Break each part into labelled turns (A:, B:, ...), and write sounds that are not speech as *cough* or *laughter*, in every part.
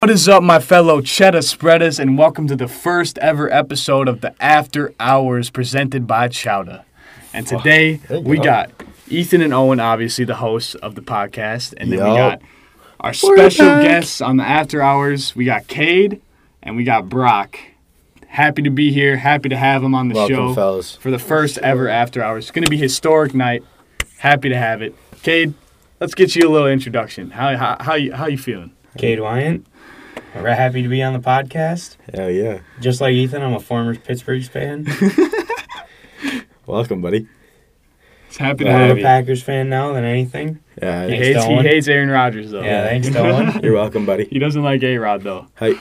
A: What is up, my fellow cheddar spreaders, and welcome to the first ever episode of the After Hours presented by Chowder. And today
B: Thank
A: we
B: God.
A: got Ethan and Owen, obviously the hosts of the podcast, and then we
B: Yup.
A: got our special guests on the After Hours. We got Cade and we got Brock. Happy to be here. Happy to have him on the
B: Welcome,
A: show
B: fellas.
A: for the first ever After Hours. It's going to be historic night. Happy to have it. Cade, let's get you a little introduction. How how how you, how you feeling?
C: Cade Wyant. We're happy to be on the podcast.
B: Hell yeah.
C: Just like Ethan, I'm a former
B: *laughs*
C: Pittsburgh fan.
B: Welcome, buddy.
A: It's happy to
C: More
A: have
C: of
A: you.
C: a Packers fan now than anything.
B: Yeah.
A: He
C: Thanks,
A: hates, he
C: Dylan.
A: hates Aaron Rodgers though.
C: Yeah,
A: *laughs*
C: thanks, Dylan.
B: Uh, *laughs* You're welcome, buddy.
A: He doesn't like A Rod though.
B: Hi.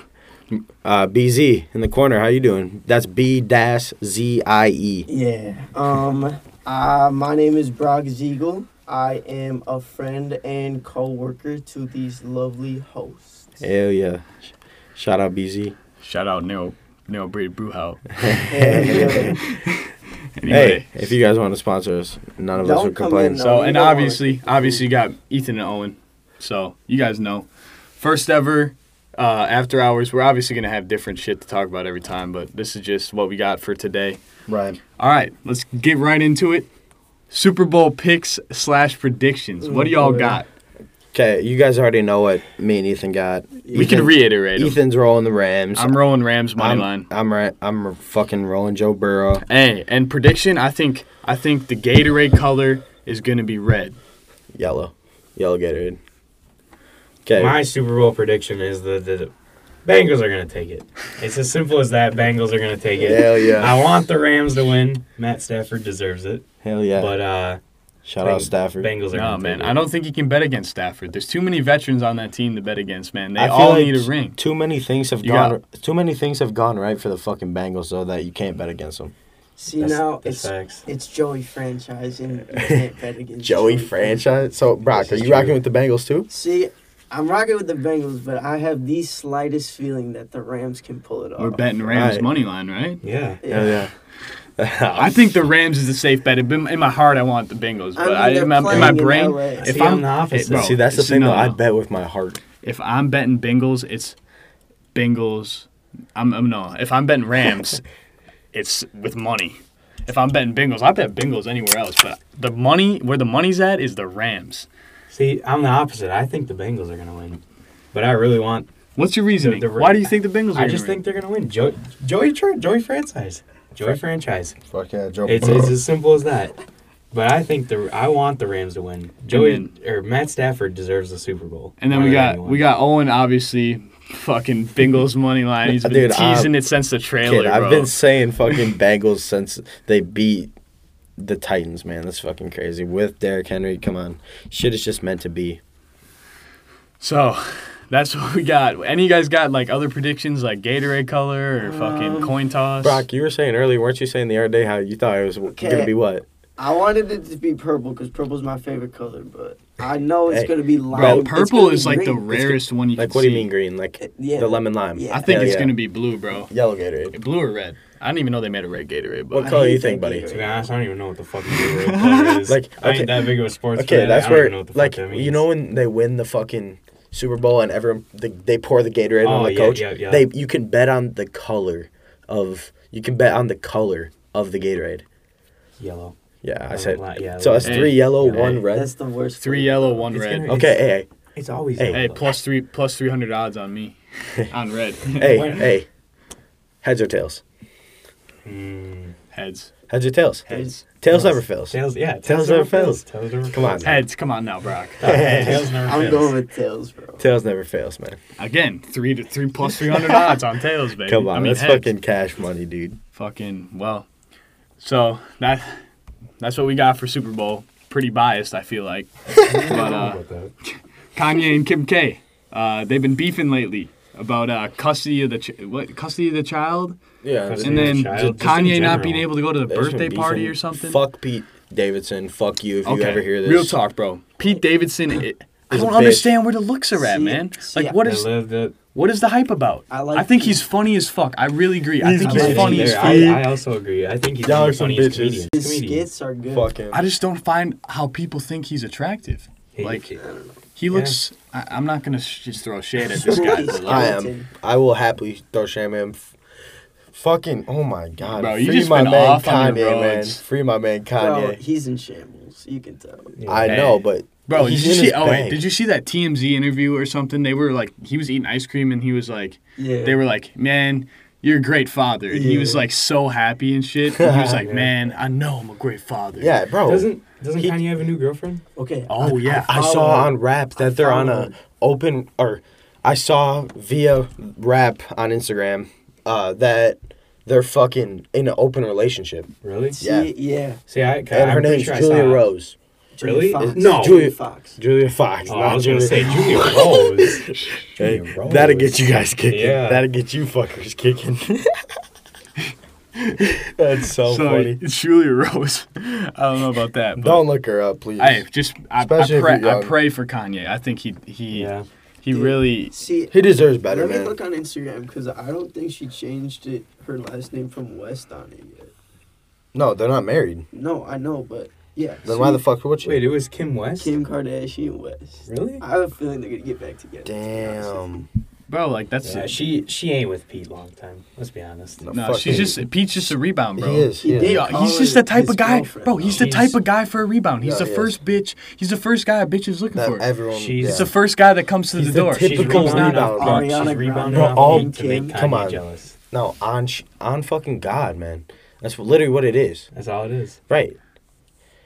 B: Uh, BZ in the corner. How you doing? That's B dash Z I E.
D: Yeah. Um. Uh, my name is Brock Ziegel. I am a friend and co-worker to these lovely hosts.
B: Hell yeah. Sh- Shout out BZ.
A: Shout out Nero Nero Breed Brewhouse.
B: *laughs*
D: And, uh,
A: Anyway,
B: Hey, if you guys want to sponsor us, none of us
D: Don't
B: would
D: come
B: complain.
D: in,
B: So-
D: no.
A: so
D: we
A: and
D: don't
A: obviously
D: want to-
A: obviously you got Ethan and Owen. So you guys know. First ever uh, after hours. We're obviously gonna have different shit to talk about every time, but this is just what we got for today.
B: Right.
A: All right, let's get right into it. Super Bowl picks slash predictions. What do y'all
D: Ooh,
A: got?
B: Okay, you guys already know what me and Ethan got.
A: We can reiterate. 'em.
B: Ethan's rolling the Rams.
A: I'm rolling Rams money
B: I'm,
A: line.
B: I'm right. I'm fucking rolling Joe Burrow.
A: Hey, and prediction. I think I think the Gatorade color is gonna be red.
B: Yellow. Yellow Gatorade. Okay.
C: My Super Bowl prediction is the, the, the Bengals are going to take it. It's as simple as that. Bengals are going to take it.
B: Hell yeah.
C: I want the Rams to win. Matt Stafford deserves it.
B: Hell yeah.
C: But uh,
B: Shout out
C: Beng-
B: Stafford.
C: Bengals are
A: No,
C: going to
A: man.
C: take it.
A: I don't think you can bet against Stafford. There's too many veterans on that team to bet against, man. They
B: I feel
A: all
B: like
A: need a
B: t-
A: ring.
B: Too many things have
A: You
B: gone. Too many things have gone right for the fucking Bengals, though that you can't bet against them.
D: see
C: That's-
D: now
C: that's
D: it's
C: facts.
D: it's Joey franchise and
B: *laughs*
D: you can't bet against
B: franchise. So Brock,
C: This is true.
B: with the Bengals too?
D: See, I'm rocking with the Bengals, but I have the slightest feeling that the Rams can pull it off.
A: We're betting Rams
B: Right.
A: money line, Oh, right?
C: Yeah.
B: Yeah, yeah.
A: I think the Rams is the safe bet. In in my heart, I want the Bengals,
D: I
A: but
D: mean,
A: I,
D: they're
A: in, my, in
D: playing
A: my
D: in
A: brain,
D: LA.
A: if
C: See,
A: I'm
C: I'm the opposite.
A: bro,
B: See, that's the
A: see,
B: thing
A: no,
B: though. I
A: no.
B: bet with my heart.
A: If I'm betting Bengals, it's Bengals. I'm, I'm no. If I'm betting Rams, it's with money. If I'm betting Bengals, I bet Bengals anywhere else, but the money where the money's at is the Rams.
C: See, I'm the opposite. I think the Bengals are going to win. But I really want.
A: What's your reasoning?
C: The- the-
A: Why do you think the Bengals? Are
C: I
A: gonna
C: just
A: win?
C: think they're going to win. Joey, Joey, Tr- Joey franchise. Joey franchise.
B: Fuck yeah, Joe.
C: It's, it's as simple as that. But I think the I want the Rams to win. Joey
A: And
C: or Matt Stafford deserves the Super Bowl.
A: And then
C: more
A: we
C: than
A: got
C: anyone.
A: we got Owen obviously fucking Bengals money line. He's been
B: Dude, I'm-
A: teasing it since the trailer,
B: Kid,
A: bro.
B: I've been saying fucking Bengals since they beat the Titans. Man, that's fucking crazy. With Derrick Henry, come on, shit is just meant to be.
A: So that's what we got. Any of you guys got like other predictions like Gatorade color or fucking coin toss?
B: Brock, you were saying earlier, weren't you saying the other day how you thought it was gonna
D: Okay.
B: be what?
D: I wanted it to be purple because purple's my favorite color, but I know it's
B: Hey,
D: gonna be lime.
A: bro,
D: It's
A: purple
D: gonna be
A: is like the
D: green.
A: rarest one you
B: Like,
A: can
B: what do you
A: see.
B: mean green? Like
D: Yeah.
B: the lemon lime?
D: Yeah.
A: I think
B: Hell
A: it's
B: yeah.
A: gonna be blue, bro.
B: yellow Gatorade.
A: Blue or red? I didn't even know they made a red Gatorade, but
B: What color
D: hate
B: you
D: that
B: think, buddy?
D: Gatorade.
C: To be honest, I don't even know what the
A: *laughs*
C: fuck the real color is.
B: Like,
C: I
B: okay.
C: ain't that big of a sports
B: Okay,
C: fan. I
B: that's
C: don't even
B: where,
C: know what the fuck
B: like,
C: that means.
B: you know when they win the fucking Super Bowl and everyone they, they pour the Gatorade on
C: Oh,
B: the
C: yeah,
B: coach.
C: yeah, yeah.
B: They you can bet on the color of you can bet on the color of the Gatorade.
C: yellow.
B: Yeah, I
C: Oh,
B: said.
C: li- yeah,
B: so
C: li-
B: that's
A: Hey.
B: three yellow,
C: Yeah.
B: one red.
D: That's the worst.
A: three
D: color.
A: yellow, one
C: It's
A: red.
C: gonna-
B: okay,
C: It's always
B: Hey.
A: Hey,
C: yellow.
A: plus three plus three hundred odds on
B: *laughs*
A: me, on red
B: hey, hey,
C: Wait.
B: hey, heads or tails?
C: Mm,
A: heads.
B: Heads or tails?
A: Heads.
B: Tails
C: Tails.
B: never fails.
C: tails, yeah.
B: Tails never fails.
C: Tails never
B: Come on.
C: fails.
A: Heads. Come on now,
B: *laughs*
A: Brock.
C: Tails never fails.
D: I'm going with tails, bro.
B: Tails never fails, man.
A: Again, three to three plus three hundred odds on tails, baby.
B: Come on, that's
A: heads.
B: fucking cash money, dude.
A: fucking well. So that that's what we got for Super Bowl. Pretty biased, I feel
B: *laughs*
A: like. but uh,
C: About that.
A: Kanye and Kim K, uh, they've been beefing lately about uh, custody of the ch- what custody of the child,
B: Yeah,
C: Cause
A: and
C: Yeah,
A: then
C: child, just in
A: Kanye not
C: general.
A: being able to go to the
B: There's been
A: birthday party
B: beefing.
A: or something.
B: Fuck Pete Davidson. Fuck you if you
A: Okay,
B: ever hear this.
A: real talk, bro. Pete Davidson. It, I
B: Is a
A: don't
B: bitch.
A: understand where the looks are at,
D: See,
A: man.
D: see,
A: Like, what
C: They
A: is
C: lived it.
A: what is the hype about?
D: I like
A: think
D: Pete.
A: he's funny as fuck. I really agree. I
B: He's
A: think
C: I'm
A: he's
C: with you
A: funny as
C: there.
A: fuck.
C: I, I also agree. I think he's
B: Y'all
C: one
B: are
C: of the
B: some
C: funniest
B: bitches.
C: comedians.
D: His
C: Comedians.
D: skits are good.
B: Fuck him.
A: I just don't find how people think he's attractive.
C: He-
A: Like-
C: he-
A: He
C: Yeah.
A: looks. I, I'm not gonna sh- just throw shade at this guy, but
B: I
A: like,
B: am. I will happily throw shame at him. F- Fucking, oh my god.
A: Bro,
B: free
A: you just
B: my
A: been
B: man
A: off on
B: Kanye,
A: your
B: man.
A: roads.
B: Free my man
D: Bro,
B: Kanye.
D: he's in shambles. You can tell.
C: yeah.
B: I
A: Hey.
B: know, but.
A: bro, did
B: he's
A: you
B: in
A: see?
B: his
A: Oh wait,
B: bag.
A: did you see that TMZ interview or something? They were like, he was eating ice cream and he was like,
D: Yeah.
A: they were like, man. You're a great father. And He was
D: Yeah.
A: like so happy and shit. And he was
D: *laughs*
A: like,
C: Yeah.
A: man, I know I'm a great father.
B: Yeah, bro.
C: Doesn't doesn't
B: Oh. He-
C: Kanye have a new girlfriend?
D: okay.
A: Oh yeah.
B: I
D: follow
B: saw
D: her.
B: on rap
D: I
B: that they're on
D: follow
B: a
D: her.
B: open or I saw via rap on Instagram uh, that they're fucking in an open relationship.
C: Really?
D: See,
B: yeah.
D: yeah. yeah.
C: See, I
B: and
C: I'm
B: her
C: pretty
B: name's
C: sure I
B: Julia
C: saw it.
B: Rose.
C: Really? No.
D: Fox. Julia
B: Julia-
D: Fox.
B: Julia Fox.
C: Oh,
B: not
C: I was gonna
B: Julia- *laughs*
C: say Julia Rose.
B: Hey,
C: Julia Rose.
B: That'll get you guys kicking.
C: Yeah.
B: That'll get you fuckers kicking. *laughs* That's so,
A: so
B: funny.
A: *laughs* Julia Rose. I don't know about that. But
B: Don't look her up, please.
A: I just I, I
B: Especially if
A: pray
B: you're
A: I
B: young.
A: pray for Kanye. I think he he
C: Yeah.
A: he
D: Dude.
A: really
D: See,
B: he deserves better,
D: let me
B: man.
D: look on Instagram because I don't think she changed it her last name from West on it yet.
B: no, they're not married.
D: No, I know, but yeah.
B: Then
D: see,
B: why the fuck would you?
C: Wait, it was Kim West.
D: Kim Kardashian West.
C: Really?
D: I have a feeling they're gonna get back together. to be honest with you.
B: Damn.
A: bro like that's
C: Yeah,
A: it.
C: she she ain't with Pete long time. Let's be honest.
B: No,
A: no
B: fuck
A: she's
B: him.
A: just Pete's just a rebound bro.
B: He is. He
D: He
B: is.
D: did.
A: Yeah,
D: They
A: he's
D: call
A: just
D: her
A: the type
D: his
A: of guy,
D: girlfriend,
A: bro.
D: though.
A: He's the
C: He's-
A: type of guy for a rebound. He's
B: Yeah,
A: the
B: he is.
A: first bitch. He's the first guy a bitch is looking
B: That
A: for.
B: everyone.
C: She's-
A: He's
B: yeah.
A: the first guy that comes to the
B: He's
A: door.
B: the typical
A: Comes down.
B: rebound.
D: Ariana
C: She's
D: Grande
C: rebounding
D: Bro,
C: off
B: all-
C: Pete to make Kanye
B: come on.
C: jealous.
B: No, on sh- on fucking God, man. That's what- literally what it is.
C: That's all it is.
B: Right.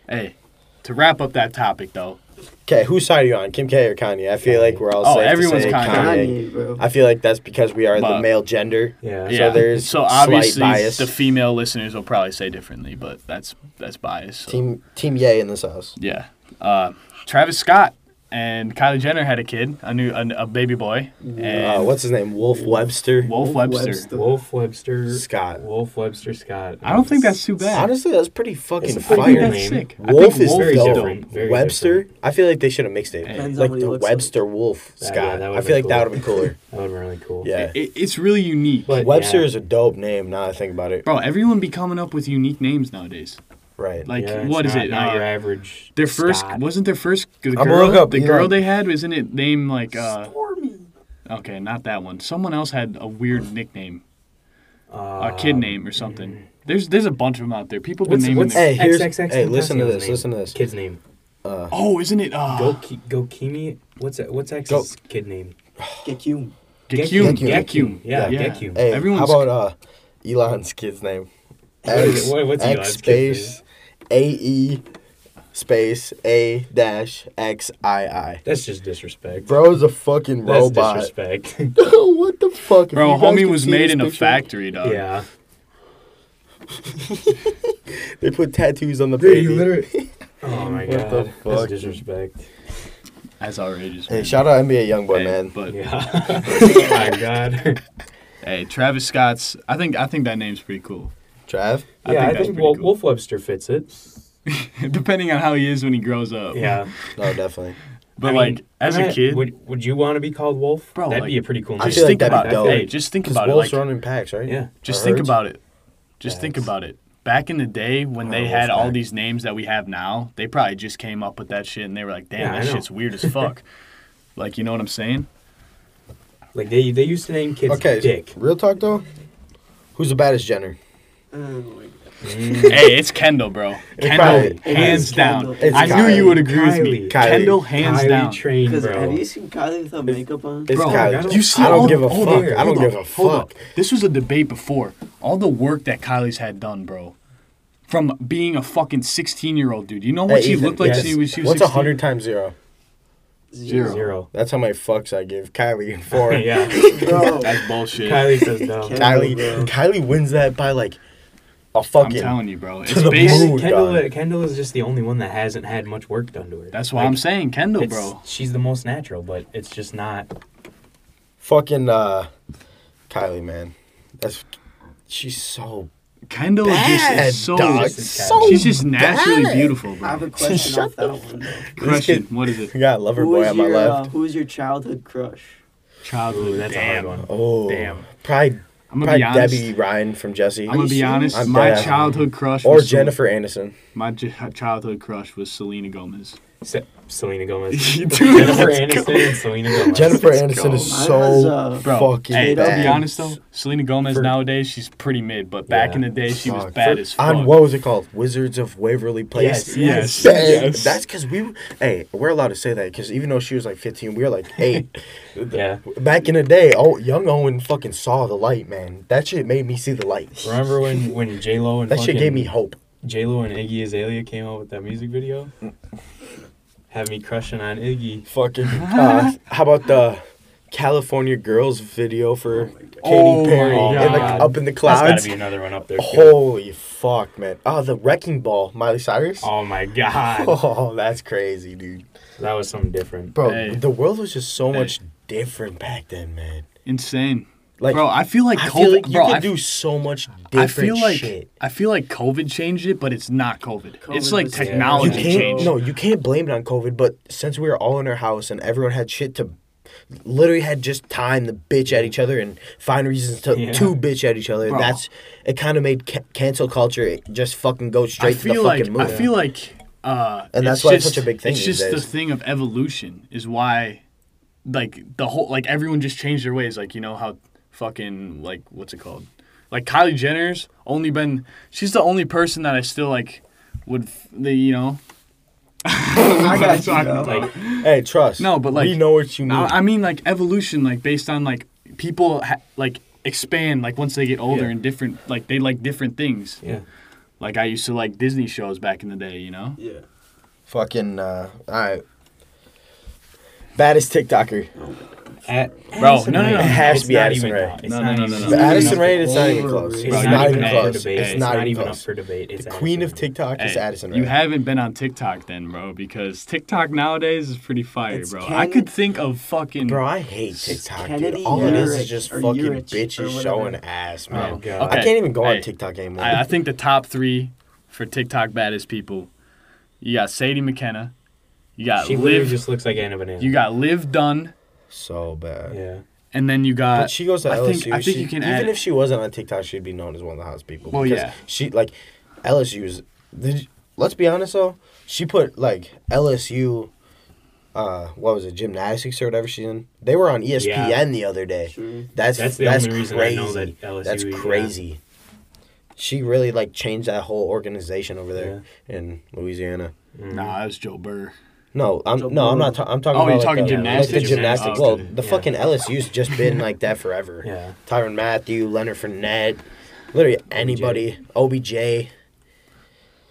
A: Hey, to wrap up that topic though,
B: Okay, whose side are you on, Kim K or Kanye? I feel like we're all
A: Oh,
B: safe to
A: everyone's
B: say
A: Kanye.
D: Kanye, bro.
B: I feel like that's because we are the
A: But-
B: male gender.
C: Yeah.
B: So
A: yeah.
B: there's
A: so
B: slight
A: obviously
B: bias.
A: the female listeners will probably say differently, but that's that's bias. so.
B: Team Team Yay in this house.
A: Yeah. Uh, Travis Scott and Kylie Jenner had a kid, a new a, a baby boy,
B: Uh,
A: and
B: what's his name? Wolf Webster.
A: Wolf
D: Wolf
A: Webster.
D: Webster.
C: Wolf Webster
B: Scott.
C: Wolf Webster Scott.
A: I don't think that's too bad.
B: Honestly, that's pretty fucking
C: a
A: I
C: pretty
A: think
C: good
B: fire.
A: that's
C: name.
A: sick. I
B: Wolf
A: think
B: is
A: Wolf
B: very
A: is dope.
B: different.
C: Very
B: Webster, I feel like they should have mixed it.
D: Depends
B: Like
D: on what he
B: the
D: looks like.
B: Webster Wolf
C: Yeah,
B: Scott.
C: that
B: I
C: would've
B: feel like
C: been
B: that
C: cool.
B: would have been cooler.
C: That would have been really cool.
B: Yeah.
A: It, it's really unique,
C: But-
B: Webster
C: *laughs* yeah.
B: is a dope name now that I think about it.
A: bro. Everyone be coming up with unique names nowadays.
B: Right.
A: Like,
C: Yeah, it's
A: what is
C: not-
A: it?
C: Not
A: Uh,
C: your average.
A: Their first
C: Scott.
A: wasn't their first the
B: gonna
A: girl.
B: look up
A: the
B: Elon.
A: girl they had isn't it named like uh
D: Stormy.
A: okay, not that one. Someone else had a weird nickname, a kid
C: Um,
A: name or something. There's there's a bunch of them out there. People been
C: What's,
A: naming.
C: what's
A: their-
B: Hey, here's-
C: XXX
B: hey, listen to
C: Tentacion's
B: this,
C: name?
B: listen to this.
C: Kid's name.
B: Uh,
A: oh, isn't it?
B: Ah.
A: Uh,
C: Goki Gokimi. What's that? What's X's kid name?
D: Get you.
A: Gekum.
B: Gekum.
A: Gekum.
C: Yeah,
A: Yeah.
C: Gekum.
B: hey,
A: everyone's-
B: how about uh, Elon's kid's name?
C: What is it? What- what's
B: X
C: Elon's kid's
B: space A E space A dash X I I.
C: That's just disrespect.
B: Bro's a fucking
C: That's
B: robot. *laughs*
C: disrespect.
B: what the fuck? If you
A: Bro,
B: guys
A: homie
B: could
A: was
B: see
A: made
B: this
A: in a
B: picture,
A: factory, dog.
C: yeah.
B: They put tattoos on the
C: Dude,
B: baby.
C: you literally. *laughs* Oh my
B: What
C: god.
B: the
C: That's
B: fuck?
C: disrespect.
A: As outrageous.
B: Hey,
A: man.
B: shout out NBA YoungBoy,
A: Hey,
B: man.
A: But
C: Yeah. *laughs* oh my
A: *laughs*
C: god.
A: hey, Travis Scott's. I think I think that name's pretty cool. *laughs*
B: Trav.
A: I
C: yeah,
A: think
C: I
A: that's
C: think
A: pretty
C: Wolf,
A: cool.
C: Wolf Webster fits it.
A: Depending on how he is when he grows up.
C: Yeah.
B: No, definitely.
A: But
C: I mean,
A: like as a
C: kinda-
A: kid,
C: would, would you want to be called Wolf?
A: Bro,
C: that'd
A: like,
C: be a pretty cool
B: I
C: name.
A: just
B: feel like
A: think
B: that'd
A: about
B: be
A: it.
B: dope.
A: Hey, just think
B: Because
A: about it.
B: wolves
A: Like,
B: run in packs, right?
C: Yeah.
A: just
B: Or
A: think
B: herds.
A: about it. Just think
C: Facts.
A: about it. Back in the day
C: Oh,
A: when they
B: Alright,
A: had all
B: Wolfpack.
A: these names that we have now, they probably just came up with that shit and they were like,
C: Yeah,
A: "Damn,
C: I
A: that
C: know.
A: shit's weird as
C: *laughs*
A: fuck." like, you know what I'm
B: *laughs*
A: saying?
C: Like they they used to name kids
B: Okay.
C: Dick.
B: Real talk though. Who's the baddest Jenner?
D: Oh my God.
A: hey, it's Kendall, bro. Kendall,
B: probably-
A: hands
D: it's
A: down.
D: Kendall.
B: It's
A: I knew
B: Kylie.
A: you would agree with me.
C: Kylie.
B: Kylie.
A: Kendall, hands
C: Kylie
A: down.
C: Train,
D: Because
C: bro.
D: have you seen Kylie without makeup on?
B: It's
A: Bro,
B: Kylie.
C: I
B: Jenner.
C: don't-
A: you see
B: I
A: all
B: don't
A: the-
B: give a
A: hold
B: fuck.
A: up,
B: I don't
A: hold
B: give
A: up,
B: a
A: hold up.
B: fuck.
A: This was a debate before. All the work that Kylie's had done, bro. From being a fucking 16 year old dude. You know what she
B: Ethan,
A: looked like
C: yes.
A: she was, she was
B: What's
A: 16?
B: hundred times zero?
A: Zero.
C: Zero.
B: That's how many fucks I give Kylie *laughs* for.
C: *laughs* yeah.
D: Bro.
A: That's bullshit.
C: Kylie
A: *laughs*
C: says no.
D: Kendall.
B: Kylie.
D: Bro.
B: Kylie wins that by like a
A: I'm
B: fucking.
A: telling you, bro. It's
B: the
A: based.
B: moon.
C: Kendall, uh,
B: God.
C: Kendall is just the only one that hasn't had much work done to her.
A: That's why
C: Like,
A: I'm saying Kendall,
C: it's-
A: bro.
C: She's the most natural, but it's just not.
B: fucking uh, Kylie, man. That's she's so
A: Kendall
B: bad,
A: is just so.
B: dog.
C: so
A: she's just naturally
B: bad.
A: beautiful,
D: I
B: *laughs*
D: have
A: bro.
D: a question
B: Shut
D: off that one. though.
A: Question.
B: kid-
A: What is it?
B: I got lover
D: Who
B: boy
D: was
B: on my
D: your, uh,
B: left.
D: who was your
A: *coughs*
D: childhood crush?
A: Childhood.
C: Ooh, that's
A: Damn.
C: a hard one.
B: oh,
A: damn.
B: Probably,
A: I'm gonna
B: probably
A: be honest.
B: Debbie Ryan from Jesse.
A: I'm gonna be honest.
B: I'm
A: my
B: bad.
A: childhood crush
B: or
A: was Sel-
B: Jennifer Aniston.
A: My j- childhood crush was Selena Gomez.
C: Se- Selena
A: *laughs*
C: Gomez.
A: Dude,
C: Jennifer
A: let's go.
C: Aniston and Selena Gomez.
B: Jennifer
A: Let's
B: Aniston
A: go.
B: is
D: Mine was,
B: so
D: uh,
A: Bro,
B: fucking
A: hey, to
B: bad.
A: be honest though, Selena Gomez
C: For-
A: nowadays she's pretty mid, but back
C: Yeah.
A: in the day she was
B: Fuck.
A: bad
C: For-
A: as fuck.
B: On what was it called? Wizards of Waverly Place.
C: Yes, yes,
B: Bang.
A: yes.
B: That's because we, hey, we're allowed to say that because even though she was like 15, we were like
A: *laughs*
B: eight.
C: Yeah.
B: Back in the day, oh, young Owen fucking saw the light, man. That shit made me see the light.
C: Remember when when J Lo and
B: That shit gave me
C: fucking-
B: hope.
C: J Lo and Iggy Azalea came out with that music video. Had me crushing on Iggy.
B: Fucking. Uh, how about the California Girls video for Katy
A: Oh
B: Perry
A: my
B: in the,
C: God.
B: up in the
C: That's gotta
B: clouds?
C: be another one up there. too.
B: Holy fuck, man! Oh, the Wrecking Ball, Miley Cyrus. *laughs*
C: Oh my god,
B: Oh, that's crazy, dude.
C: that was something different.
B: Bro,
A: Hey.
B: the world was just so
A: Hey.
B: much different back then, man.
A: Insane.
B: Like,
A: bro, I feel like
B: I
A: COVID.
B: feel like you
A: bro,
B: could
A: I,
B: do so much different
A: I feel like
B: shit.
A: I feel like COVID changed it, but it's not COVID. it's
D: COVID
A: like
D: was terrible.
B: You
A: technology
D: Technology
B: can't
A: changed.
B: no, you can't blame it on COVID. But since we were all in our house and everyone had shit to, literally had just time to bitch at each other and find reasons to
C: Yeah.
B: to bitch at each other.
A: Bro.
B: That's it. Kind of made ca- cancel culture just fucking go
A: I
B: straight to the
A: feel
B: fucking
A: like
B: moon.
A: I feel like uh,
B: And that's
A: it's
B: why it's
A: just,
B: such a big thing
A: It's
B: these
A: just the
B: days.
A: thing of evolution is why, like the whole like everyone just changed their ways. Like you know how fucking like what's it called? Like Kylie Jenner's only been she's the only person that I still like would f- the you know
D: I got you,
A: Talking
D: though.
A: about-
C: Like
B: hey, trust.
A: No, but,
B: we
A: like,
B: know what you mean.
A: I, I mean like evolution like based on like people ha- like expand like once they get older
B: Yeah.
A: and different like they like different things
C: yeah,
A: like i used to like disney shows back in the day you know
D: Yeah.
B: fucking uh, all right. Baddest TikToker.
C: At,
A: Bro, no, no, no.
C: It has to be
B: Addison
C: Addison
B: Rae.
C: Ray. It's
A: No,
C: not
A: no, no,
C: even-
A: no,
C: it's
A: no.
B: The
C: not
B: Addison
C: even
B: Rae
C: up
B: is
C: for-
B: not even
D: Overrated.
B: close.
C: It's not, even
A: up
C: close.
A: for
B: close.
C: Debate.
B: It's not even
C: up
B: close.
C: for debate. It's
B: The queen of
C: Addison Rae.
B: TikTok is
A: Hey,
B: Addison Rae.
A: You haven't been on TikTok then, bro, because TikTok nowadays is pretty fire,
B: It's
A: bro.
B: Ken-
A: I could think of fucking.
B: Bro, I hate TikTok,
D: Kennedy,
B: dude. All it is is
D: Urich,
B: just
D: or
B: fucking
D: Urich, or
B: bitches
D: whatever.
B: showing ass, man.
C: Oh, God.
B: I
A: Okay.
B: can't even go
A: Hey.
B: on TikTok anymore.
A: I, I think the top three for TikTok baddest people. You got Sadie McKenna. You got
C: She literally
A: Liv.
C: just looks like Anna Banana.
A: you got Liv Dunn,
B: so bad.
C: yeah.
A: and then you got.
B: But she goes to
A: I
B: LSU.
A: think- I think
B: she,
A: you can
B: even
A: add-
B: if she wasn't on TikTok, she'd be known as one of the hottest people.
A: Well,
B: because
A: yeah.
B: She like LSU's. Did, let's be honest though. She put like LSU. Uh, what was it? Gymnastics or whatever she's in. They were on E ESPN the other day.
D: Sure.
B: That's
C: That's
B: that's,
C: the only reason I
B: crazy.
C: know that LSU.
B: that's
C: yeah.
B: crazy. She really like changed that whole organization over there in Louisiana.
C: Mm.
A: nah, that was Joe Burr.
B: No, I'm
D: So
B: no, I'm not.
D: blue.
B: Ta- I'm talking.
A: Oh,
B: about
A: you're
B: like
A: talking
B: the,
A: gymnastics.
B: Like the gymnastics.
A: Gymnastics.
B: Well,
C: Okay.
B: the
C: Yeah.
B: fucking LSU's just been like
A: *laughs*
B: that forever.
C: Yeah.
B: Tyron Matthew, Leonard Fournette, literally anybody. OBJ.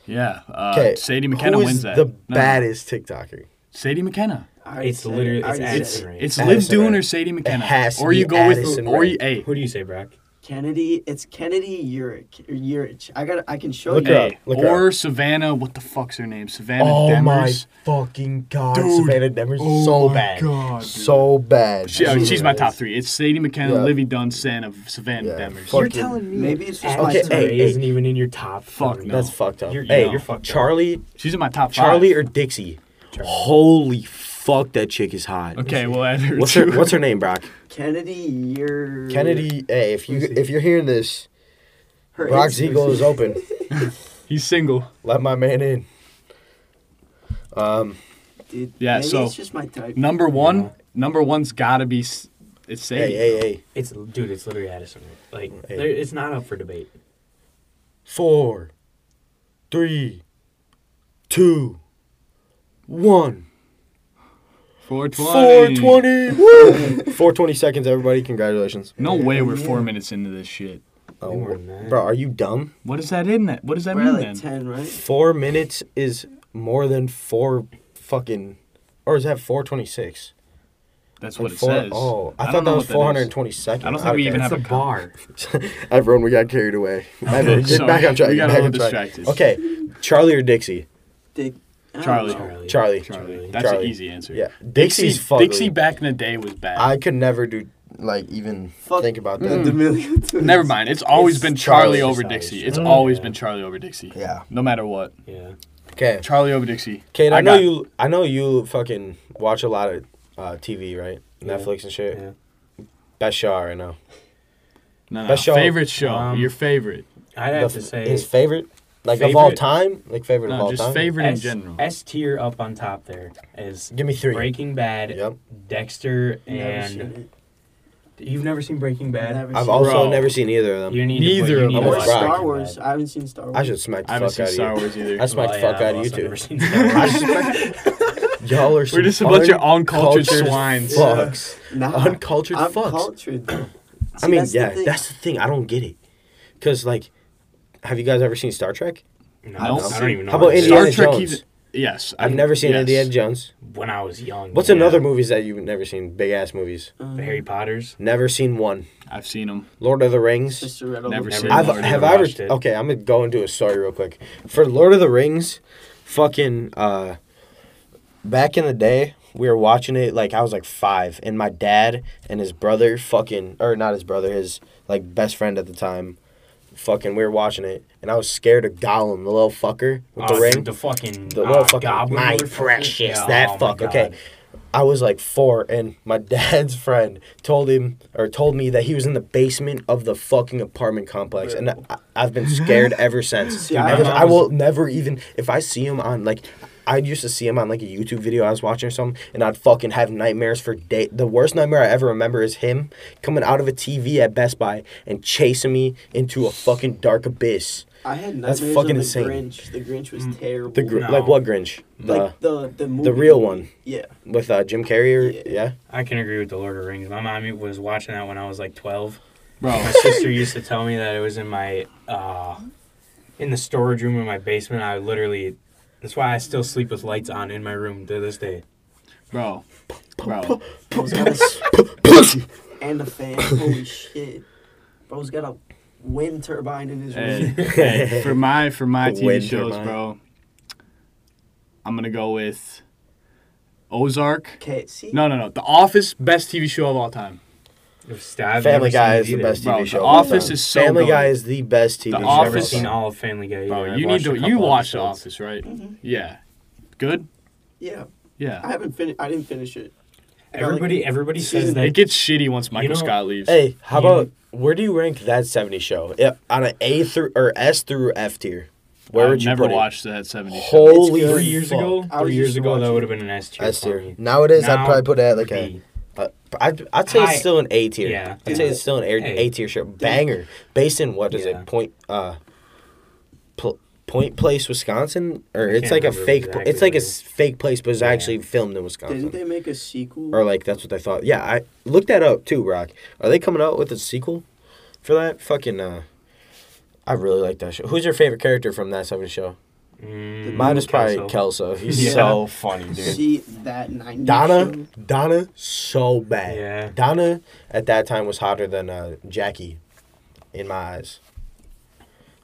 A: Yeah. Uh,
B: Okay,
A: Sadie McKenna
B: who is
A: wins that.
B: the
A: No, no.
B: baddest TikToker?
A: Sadie McKenna.
D: I already
C: It's
D: said it.
C: literally
D: I
C: it's
D: already said
C: Addison
D: it.
C: Rae.
A: It's Liv
B: Addison
A: Dunn
B: Rae.
A: or Sadie McKenna.
B: has to
A: or you
B: be
A: go
B: Addison
A: with or you
B: Rae.
A: a.
C: Who do you say, Brock?
D: Kennedy. It's Kennedy Urich. Or Urich. I got. I can show
B: Look
D: you.
B: her up.
A: Hey, or Savannah, what the fuck's her name? Savannah
B: Oh
A: Demers.
B: my fucking god,
A: Dude.
B: Savannah Demers,
A: Oh
B: so
A: my
B: bad,
A: God, dude.
B: so bad.
A: She, I mean,
B: Jesus.
A: she's my top three. It's Sadie McKenna,
B: Yeah.
A: Livy Dunn, Santa, Savannah
B: Yeah,
A: Demers.
B: fuck
D: You're
B: fucking-
D: telling me. Maybe it's just
B: Okay,
D: my turn.
B: hey,
C: Rae isn't even in your top.
A: Fuck
C: three.
A: no.
B: That's fucked up.
C: You're- you
B: hey,
C: know.
B: you're fucked. Charlie,
A: She's in my top five.
B: Charlie or Dixie?
C: Charlie.
B: Holy fuck, that chick is hot.
A: Okay, well, add her
B: What's
A: too.
B: her
A: *laughs*
B: What's her name, Brock?
D: Kennedy Urich.
B: Kennedy. Hey, if you
C: Let me see.
B: if you're hearing this,
D: Her
B: Brock
D: Instagram-
B: Ziegler is open.
A: He's single.
B: Let my man in. Um,
D: Dude,
A: Yeah,
D: Maybe
A: so-
D: it's just my type.
A: Number one.
C: Yeah.
A: Number one's gotta be. S- It's
B: hey,
A: Sadie.
B: hey, hey.
C: It's dude. It's literally Addison. Rae. Like
B: Hey.
C: there, it's not up for debate.
B: Four, three, two, one.
A: Four twenty.
B: 420. *laughs* Woo! 420 seconds, everybody. Congratulations.
A: No way we're four minutes into this shit.
B: Oh,
C: more than that.
B: bro, are you dumb?
A: What is that in that? What does that
D: We're
A: mean
D: at like
A: then?
D: ten, right?
B: Four minutes is more than four fucking. Or is that 426?
A: That's what it
B: Four-
A: says.
B: Oh, I,
A: don't know
B: thought that
A: what
B: was
A: is.
B: 420 seconds.
A: I don't think we even
B: Okay.
A: have
C: That's
A: a
C: a bar.
B: *laughs* Everyone, we got
A: *laughs*
B: carried away. Everyone, get
A: sorry.
B: back on track.
A: We
B: get
A: got a
B: back
A: little
B: on track.
A: distracted.
B: Okay, Charlie or Dixie?
D: Dick. I don't
A: Charlie.
D: know.
C: Charlie.
A: Charlie.
B: Charlie.
C: Charlie.
A: That's
B: Charlie.
A: an easy answer.
B: Yeah. Dixie's
A: Dixie,
B: fucking.
A: Dixie back in the day was bad.
B: I could never do, like, even
D: Fuck.
B: think about that.
D: *laughs* Mm. D'Amelio Tunes.
A: Never mind. It's always
B: It's
A: been Charlie,
B: Charlie.
A: over
C: It's always
A: Dixie.
C: Charlie.
A: It's
C: Mm.
A: always
C: Yeah.
A: been Charlie over Dixie.
B: Yeah.
A: No matter what.
C: Yeah.
B: Okay.
A: Charlie over Dixie.
B: Kate, I,
A: I
B: know
A: got-
B: you. I know you fucking watch a lot of uh, TV, right? Netflix and shit.
C: Yeah.
B: Best show I already know.
A: No, no.
B: Best show.
A: Favorite show.
C: Um,
A: your favorite.
C: I'd have
B: The-
C: to say
B: his favorite. Like of all
C: Favorite-
B: time, like favorite of
A: No,
B: all
A: just
B: time.
A: favorite in
C: S,
A: general.
C: S tier up on top there is
B: Give me three.
C: Breaking Bad,
B: Yep.
C: Dexter,
D: Never
C: and
D: seen it.
C: you've never seen Breaking Bad.
D: Never
B: I've
D: seen
B: also
A: Bro.
B: never seen either of them.
C: You need
A: Neither
C: to,
A: of
C: you
B: them.
C: need to
B: Or
C: watch
B: Star
C: Breaking
D: Star
C: Bad.
D: Wars. I haven't seen Star Wars.
B: I should smack
A: I
B: the
A: haven't
B: fuck
A: seen
B: out of
A: Star
B: you.
A: Wars either.
B: I smack the
C: Well, yeah,
B: fuck out
C: I've
B: of you
C: also never
B: too.
C: seen Star
A: *laughs*
C: Wars.
B: I smack- *laughs* Y'all are some
A: just a bunch of uncultured
B: uncultured
A: swines.
B: Fucks.
D: Nah.
B: Uncultured
D: I'm
B: fucks.
D: cultured. See,
B: I mean,
D: that's the
B: yeah,
D: thing.
B: that's the thing. I don't get it. Because, like, have you guys ever seen Star Trek?
C: No,
A: I don't
C: I
A: see-
C: don't even know.
B: How
C: what
B: about
C: it is.
B: Indiana
A: Star Trek
B: Jones?
A: even- Yes,
D: Mm,
B: I've never seen
A: yes.
B: Indiana Jones.
C: When I was young.
B: What's
C: yeah.
B: another movies that you've never seen? Big ass movies.
D: Um,
C: Harry Potter's.
B: Never seen one.
A: I've seen them.
B: Lord of the Rings.
D: Sister Red
A: Never
D: Alert.
A: seen
B: I've
A: Lord of the
B: have
C: Rings.
B: I ever
C: Watched it.
B: okay. I'm gonna go into a story real quick. For Lord of the Rings, fucking uh, back in the day, we were watching it like I was like five, and my dad and his brother, fucking or not his brother, his like best friend at the time, fucking we were watching it, and I was scared of Gollum, the little fucker with
C: Oh,
B: the ring.
C: dude, The fucking.
B: The
C: uh,
B: little fucking
C: goblin
B: Oh, my
C: motherfucker.
B: precious
C: Yeah,
B: that
C: oh my
B: fuck. Okay,
C: God.
B: I was like four, and my *laughs* dad's friend told him or told me that he was in the basement of the fucking apartment complex, and I, I've been scared ever since. *laughs*
D: See, I-
B: Because
C: my
B: I
C: mom
B: will never even if I see him on like. I used to see him on like a YouTube video I was watching or something, and I'd fucking have nightmares for day. The worst nightmare I ever remember is him coming out of a TV at Best Buy and chasing me into a fucking dark abyss.
D: I had
B: That's
D: nightmares
B: fucking
D: of the
B: insane.
D: Grinch. The Grinch was
A: Mm.
D: terrible.
B: The gr-
C: No.
B: like what Grinch? The
D: like the the movie.
B: the real one
D: Yeah.
B: with uh, Jim Carrey. Or,
D: Yeah.
B: yeah.
C: I can agree with the Lord of the Rings. My mommy was watching that when I was like twelve.
A: Bro,
C: My sister used to tell me that it was in my uh, in the storage room in my basement. I literally. That's why I still sleep with lights on in my room to this day.
A: bro,
B: *laughs*
A: bro.
D: Bro's got a s- and a fan. Holy shit. Bro's got a wind turbine in his room.
A: Hey,
B: *laughs*
A: hey, for my for my
B: The
A: TV
B: wind
A: shows,
B: turbine.
A: bro. I'm gonna go with Ozark.
D: Okay, see.
A: No, no, no. The Office, best TV show of all time.
C: I've never
B: Family
C: seen
B: Guy
C: it
B: is the
C: either.
B: best
A: Bro,
B: TV
A: The
B: show. of all
A: Office
B: time.
A: is so
B: Family
A: good.
B: Guy is the best TV
A: The
B: show.
C: I've
B: of
C: never
A: Office-
B: all
C: seen
B: time.
C: all of Family Guy.
A: Bro,
C: either. I've
A: you need
C: watched
A: to
C: a
A: you
C: couple
A: watch The
C: episodes.
A: Office, right? Yeah, good.
D: Yeah. I
A: Yeah,
D: haven't finished. I didn't finish it. I got, like,
C: Everybody, everybody says
D: season
C: that.
A: it gets shitty once Michael
C: know-
A: Scott leaves.
B: Hey, how
C: Yeah.
B: about where do you rank that '70s show? Yeah, on an A through or S through F tier? Where
A: I
B: would you
A: never
B: put
A: watched that '70s
B: it?
A: show.
B: Holy
D: It's good.
C: three years
B: fuck.
C: ago,
D: I was
C: three years
D: used to
C: ago, that
D: watching
C: would have been an S tier.
B: S
C: for
B: tier.
C: me.
B: Nowadays,
C: Now,
B: I'd probably put it at like a.
C: B.
B: Uh, I'd, I'd say
C: High-
B: it's still an A tier.
C: Yeah.
B: I'd say it's still an
C: Hey.
B: A tier show. Banger. Based in what is
C: Yeah.
B: it? Point uh pl- Point Place, Wisconsin? Or it's
C: can't
B: like a
C: remember
B: fake
C: exactly
B: it's like a
C: where.
B: s- fake place but it's
C: Yeah.
B: actually filmed in
D: Didn't
B: Wisconsin.
D: they make a sequel?
B: Or like that's what I thought. Yeah, I looked that up too, Rock. Are they coming out with a sequel for that? Fucking uh I really like that show. Who's your favorite character from that seven show?
C: Mm,
B: Mine is probably
C: Kelso.
B: Kelso. He's
C: *laughs* Yeah.
B: so funny, dude.
D: see that 90s
B: Donna,
D: show?
B: Donna, so bad.
C: Yeah.
B: Donna at that time was hotter than uh, Jackie, in my eyes.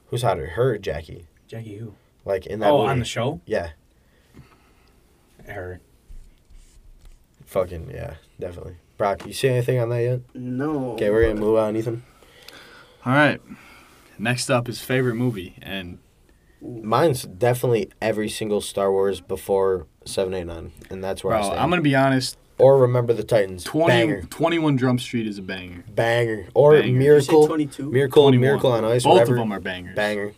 B: Who's hotter, her or Jackie?
C: Jackie who?
B: Like in that
C: Oh,
B: movie.
C: on the show?
B: yeah,
C: Her.
B: fucking yeah, definitely. Brock, you see anything on that yet?
D: No.
B: Okay, we're gonna move on, Ethan.
A: All right, next up is favorite movie, and
B: Mine's definitely every single Star Wars before seven eight nine, and that's where I
A: bro,
B: stand.
A: I'm gonna be honest.
B: or Remember the Titans.
A: 20,
B: banger,
A: 21 Drum Street is a banger.
B: banger, or
A: Banger.
D: You said
B: Miracle,
D: 22.
B: Miracle,
A: 21.
B: Miracle on Ice.
A: Both
B: whatever.
A: of them are bangers.
B: banger.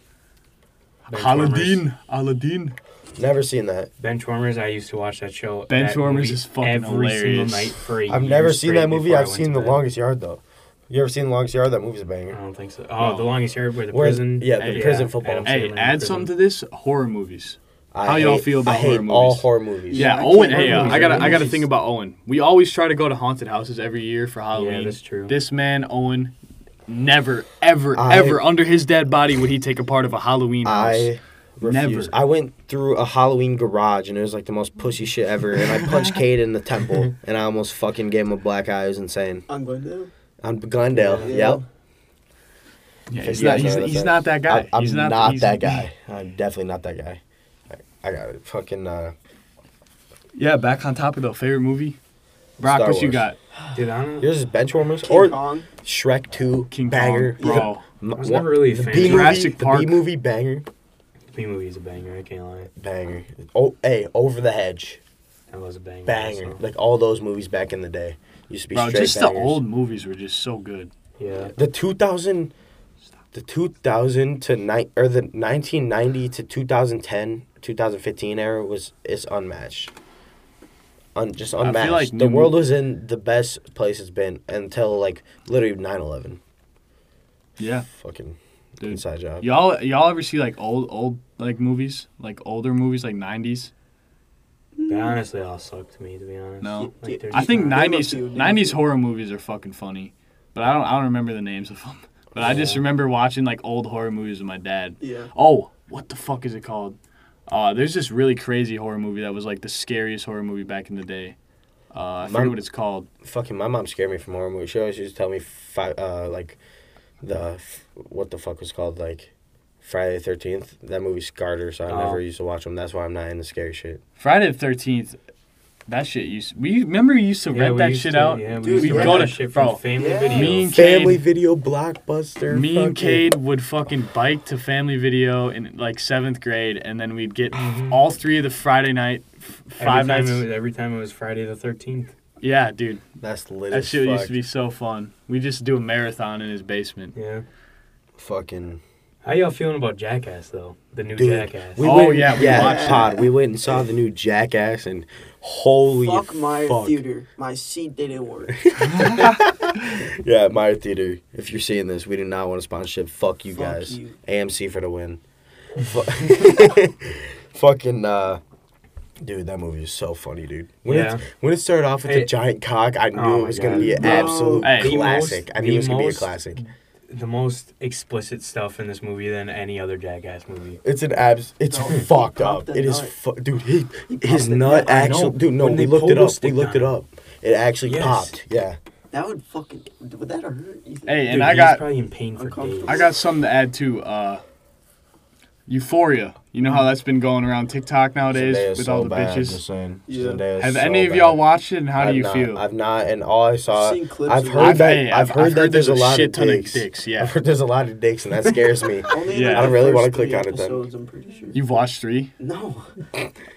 A: Aladdin, Aladdin.
B: Never seen that.
C: Benchwarmers, I used to watch that show. that
A: Benchwarmers
C: movie
A: is fucking
C: every
A: hilarious.
C: Single night for a
B: I've
C: year
B: never seen
C: straight
B: that movie.
C: before I
B: I've
C: went
B: seen
C: to
B: The
C: bed.
B: Longest Yard though. You ever seen The Longest Yard? That movie's a
C: I
B: banger.
C: don't think so. Oh,
A: No.
C: The Longest Yard where the
B: Where's-
C: prison. uh,
B: yeah, the prison football.
C: Adam
A: Hey,
C: Sandler in
A: add
C: prison.
A: something to this horror movies.
B: I
A: How y'all
B: hate-
A: feel about
B: I hate
A: horror
B: all
A: movies?
B: horror movies.
A: Yeah,
D: I can't
A: Owen.
D: remember
A: Hey, uh,
D: these
A: I got I got to
D: movies.
A: think about Owen. We always try to go to haunted houses every year for Halloween.
C: that's true.
A: This man, Owen, never, ever,
B: I-
A: ever under his dead body would he take a part of a Halloween house.
B: I refuse.
A: Never.
B: I went through a Halloween garage and it was like the most pussy shit ever. And
A: *laughs*
B: I punched Cade in the temple and I almost fucking gave him a black eye. It was insane.
D: I'm going to.
B: On Glendale.
D: Yeah.
B: Yep.
A: Yeah,
B: If
A: he's
B: you
A: not.
B: guys
A: He's,
B: know
A: he's
B: that-
A: not that guy.
B: I, am
A: he's
B: not,
A: not, he's-
B: that guy. I'm definitely not that guy. I, I got it. Fucking. Uh,
A: Yeah, back on topic though. Favorite movie. Brock,
B: Star
A: what you
B: Wars.
A: got?
C: Dude, I don't know.
B: yours is Benchwarmers
D: King
B: or
D: Kong.
B: Shrek Two
A: King
B: banger.
A: Kong, bro.
B: M-
C: I was
B: wa-
C: never really a
B: the
C: fan.
B: B movie,
A: Jurassic
B: the
A: Park.
B: B movie banger,
C: B movie's a banger. I can't lie.
B: banger. Oh, hey, over the hedge.
C: That was a banger.
B: banger.
C: also.
B: Like all those movies back in the day used to be
A: Bro,
B: straight
A: just
B: bangers.
A: the old movies were just so good.
C: Yeah.
B: the 2000 the 2000 to ni- or the 1990 to 2010 2015 era was is unmatched Un- just
A: feel
B: unmatched
A: like
B: the
A: new-
B: world was in the best place it's been until like literally 9-11
A: Yeah,
B: fucking
A: dude.
B: inside job
A: Y'all, y'all ever see like old, old like movies, like older movies, like '90s?
C: They honestly all suck to me, to be honest.
A: No.
C: Like, they're
A: I
C: just
A: think
C: not-
D: Name a
A: '90s
D: few, name a
A: '90s
D: few.
A: horror movies are fucking funny, but I don't, I don't remember the names of them. *laughs* But I just
B: Yeah.
A: remember watching like old horror movies with my dad.
D: Yeah.
A: Oh, what the fuck is it called? Uh, there's this really crazy horror movie that was like the scariest horror movie back in the day. Uh, I forget
B: Mom-
A: what it's called.
B: fucking my mom scared me from horror movies she always used to tell me fi- uh like the f- what the fuck was called like Friday the 13th that movie scarred her so I
C: Oh.
B: never used to watch them that's why I'm not into scary shit
A: Friday the Thirteenth. That shit used. We remember we used to
C: Yeah,
A: rent
C: we
A: that
C: used
A: shit
C: to-
A: out.
C: Yeah, we
D: Dude,
C: used to
D: we
C: rent
D: go
C: that
A: to-
C: shit
A: bro,
C: from Family
D: me
C: Video.
A: Me and Cade,
B: Family video blockbuster.
A: me and
B: fucking-
A: Cade would fucking bike to Family Video in like seventh grade, and then we'd get all three of the Friday night, f-
C: Mm-hmm. Every
A: five
C: time
A: nights.
C: it was- every time it was Friday the 13th.
A: Yeah, dude,
B: That's lit.
A: that
B: as
A: shit
B: fuck.
A: used to be so fun. We just do a marathon in his basement.
C: Yeah.
B: fucking.
C: How y'all feeling about Jackass though? The new
B: Dude,
C: Jackass.
A: Oh, yeah, we
B: yeah.
A: watched
B: pod. We went and saw the new Jackass, and holy
D: fuck my
B: fuck.
D: theater. My seat
B: *laughs*
D: didn't work.
B: Yeah, Meyer Theater. If you're seeing this, we do not want a sponsorship. Fuck you
D: Fuck
B: guys.
D: you.
B: AMC for
A: *laughs*
B: the win. Fu- *laughs* fucking. uh Dude, that movie is so funny, dude. When
C: Yeah.
B: it when it started off with the
C: It-
B: giant cock, I knew
C: Oh
B: it was
C: my
B: gonna
C: God.
B: be an
D: Bro,
B: absolute
A: Hey. the most-
B: classic. I knew
C: the
B: it was gonna be a
C: most-
B: classic.
C: the most explicit stuff in this movie than any other Jackass movie.
B: It's an abs. It's
D: No, he
B: fucked
D: popped
B: up.
D: the
B: It is,
D: nut.
B: fu- dude. He,
D: popped
B: his
D: the
B: nut
D: nut. I
B: actually,
C: know.
B: dude. No,
C: When
B: we
C: they
B: looked it
C: polo
B: up. We
C: stick
B: looked it
C: on
B: up. It actually
C: Yes.
B: popped. Yeah.
D: That would fucking would that hurt? You think?
A: Hey, and
C: Dude,
A: I
C: he's
A: got
C: probably in pain for days.
D: Uncomfortable.
A: I got something to add too. Uh, Euphoria. You know how that's been going around TikTok nowadays
B: Zendaya's
A: with
B: so
A: all the
B: bad, just
A: bitches.
B: saying.
D: Yeah.
B: Zendaya's
A: Have
B: so
A: any of
B: bad.
A: y'all watched it, and how
B: I've
A: do you
B: not-
A: feel?
B: I've not, and all I saw.
D: I've seen clips
B: I've
D: of
B: heard
D: it.
B: that.
A: hey,
B: I've, heard that there's a lot
A: shit
B: of
A: ton
B: dicks.
A: of dicks.
B: I've
A: Yeah,
B: heard there's a lot of dicks,
D: *laughs*
B: and that scares me.
D: Only
A: Yeah.
D: like
A: I
B: don't
D: the
B: really
D: first
B: wanna click
D: three
B: on it then.
D: episodes, I'm pretty sure.
A: you've watched three.
D: no,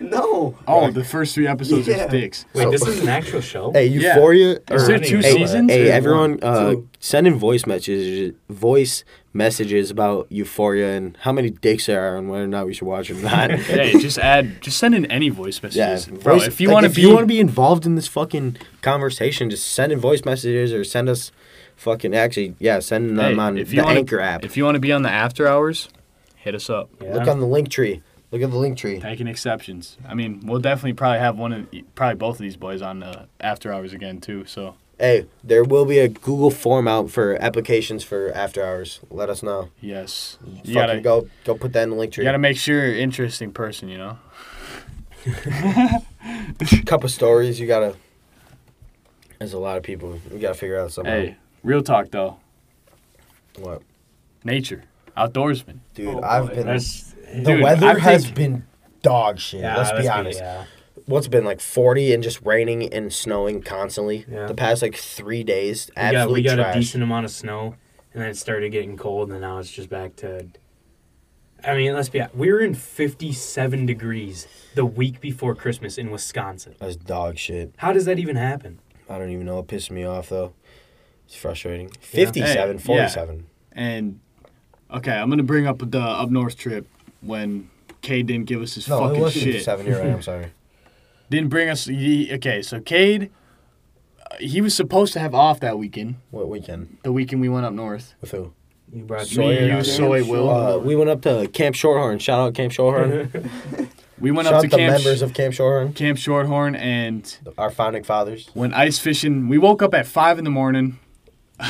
D: no.
A: Oh, the first three episodes
D: Yeah.
A: are dicks.
C: Wait,
B: So-
C: this is an actual show?
B: Hey,
A: Yeah.
B: Euphoria.
A: Is
B: or-
A: there two
B: hey,
A: seasons
B: Hey,
A: or
B: everyone, uh,
D: Two.
B: send in voice messages, voice messages about Euphoria and how many dicks there are and whether or not we should watch
A: *laughs*
B: or not.
A: hey, just add, just send in any voice
B: Yeah,
A: messages, bro.
B: voice-
A: If you
B: like,
A: want to
B: if
A: be,
B: you want to be involved in this fucking conversation, just send in voice messages or send us fucking actually, yeah, send them
A: hey,
B: on
A: if
B: the
A: you wanna,
B: Anchor app.
A: if you want to be on the after hours, hit us up.
C: Yeah.
B: Look on the link tree. Look at the link tree.
A: Taking exceptions. I mean, we'll definitely probably have one of, probably both of these boys on uh, after hours again too. So
B: Hey, there will be a Google form out for applications for after hours. Let us know.
A: yes,
B: Fucking
A: you gotta,
B: go go put that in the link
A: you
B: tree.
A: gotta make sure you're an interesting person. You know.
B: couple stories. You gotta. There's a lot of people. We gotta figure out something.
A: Hey, real talk though,
B: What,
A: nature, outdoorsman.
B: dude?
D: Oh,
B: I've
D: boy.
B: been.
C: That's
B: the
A: dude,
B: weather
A: I
B: has
A: think-
B: been dog shit.
C: yeah,
B: let's be honest.
C: yeah.
B: What's been like 40 and just raining and snowing constantly
C: Yeah.
B: the past like three days?
C: We got,
B: Absolutely
C: we got a
B: trash.
C: decent amount of snow, and then it started getting cold, and now it's just back to. I mean, let's be. We were in 57 degrees the week before Christmas in Wisconsin.
B: That's dog shit.
C: How does that even happen?
B: I don't even know. It pisses me off though. It's frustrating. 57,
A: Hey, yeah.
B: 47.
A: And okay, I'm gonna bring up the up north trip when K didn't give us his
B: No, it
A: fucking
B: wasn't
A: shit.
B: 57. You're right. *laughs* I'm sorry.
A: Didn't bring us. He, okay, so Cade, uh, he was supposed to have off that weekend,
B: What weekend?
A: the weekend we went up north.
B: With who?
C: You brought
A: Me,
B: Sawyer,
A: you,
B: uh,
A: Soy, Will.
B: Uh, we went up to Camp Shorthorn. Shout out Camp Shorthorn.
A: we went
B: Shout
A: up
B: out
A: to
B: the
A: camp,
B: members of Camp Shorthorn,
A: camp Shorthorn and
B: our founding fathers.
A: went ice fishing. We woke up at five in the morning, *laughs*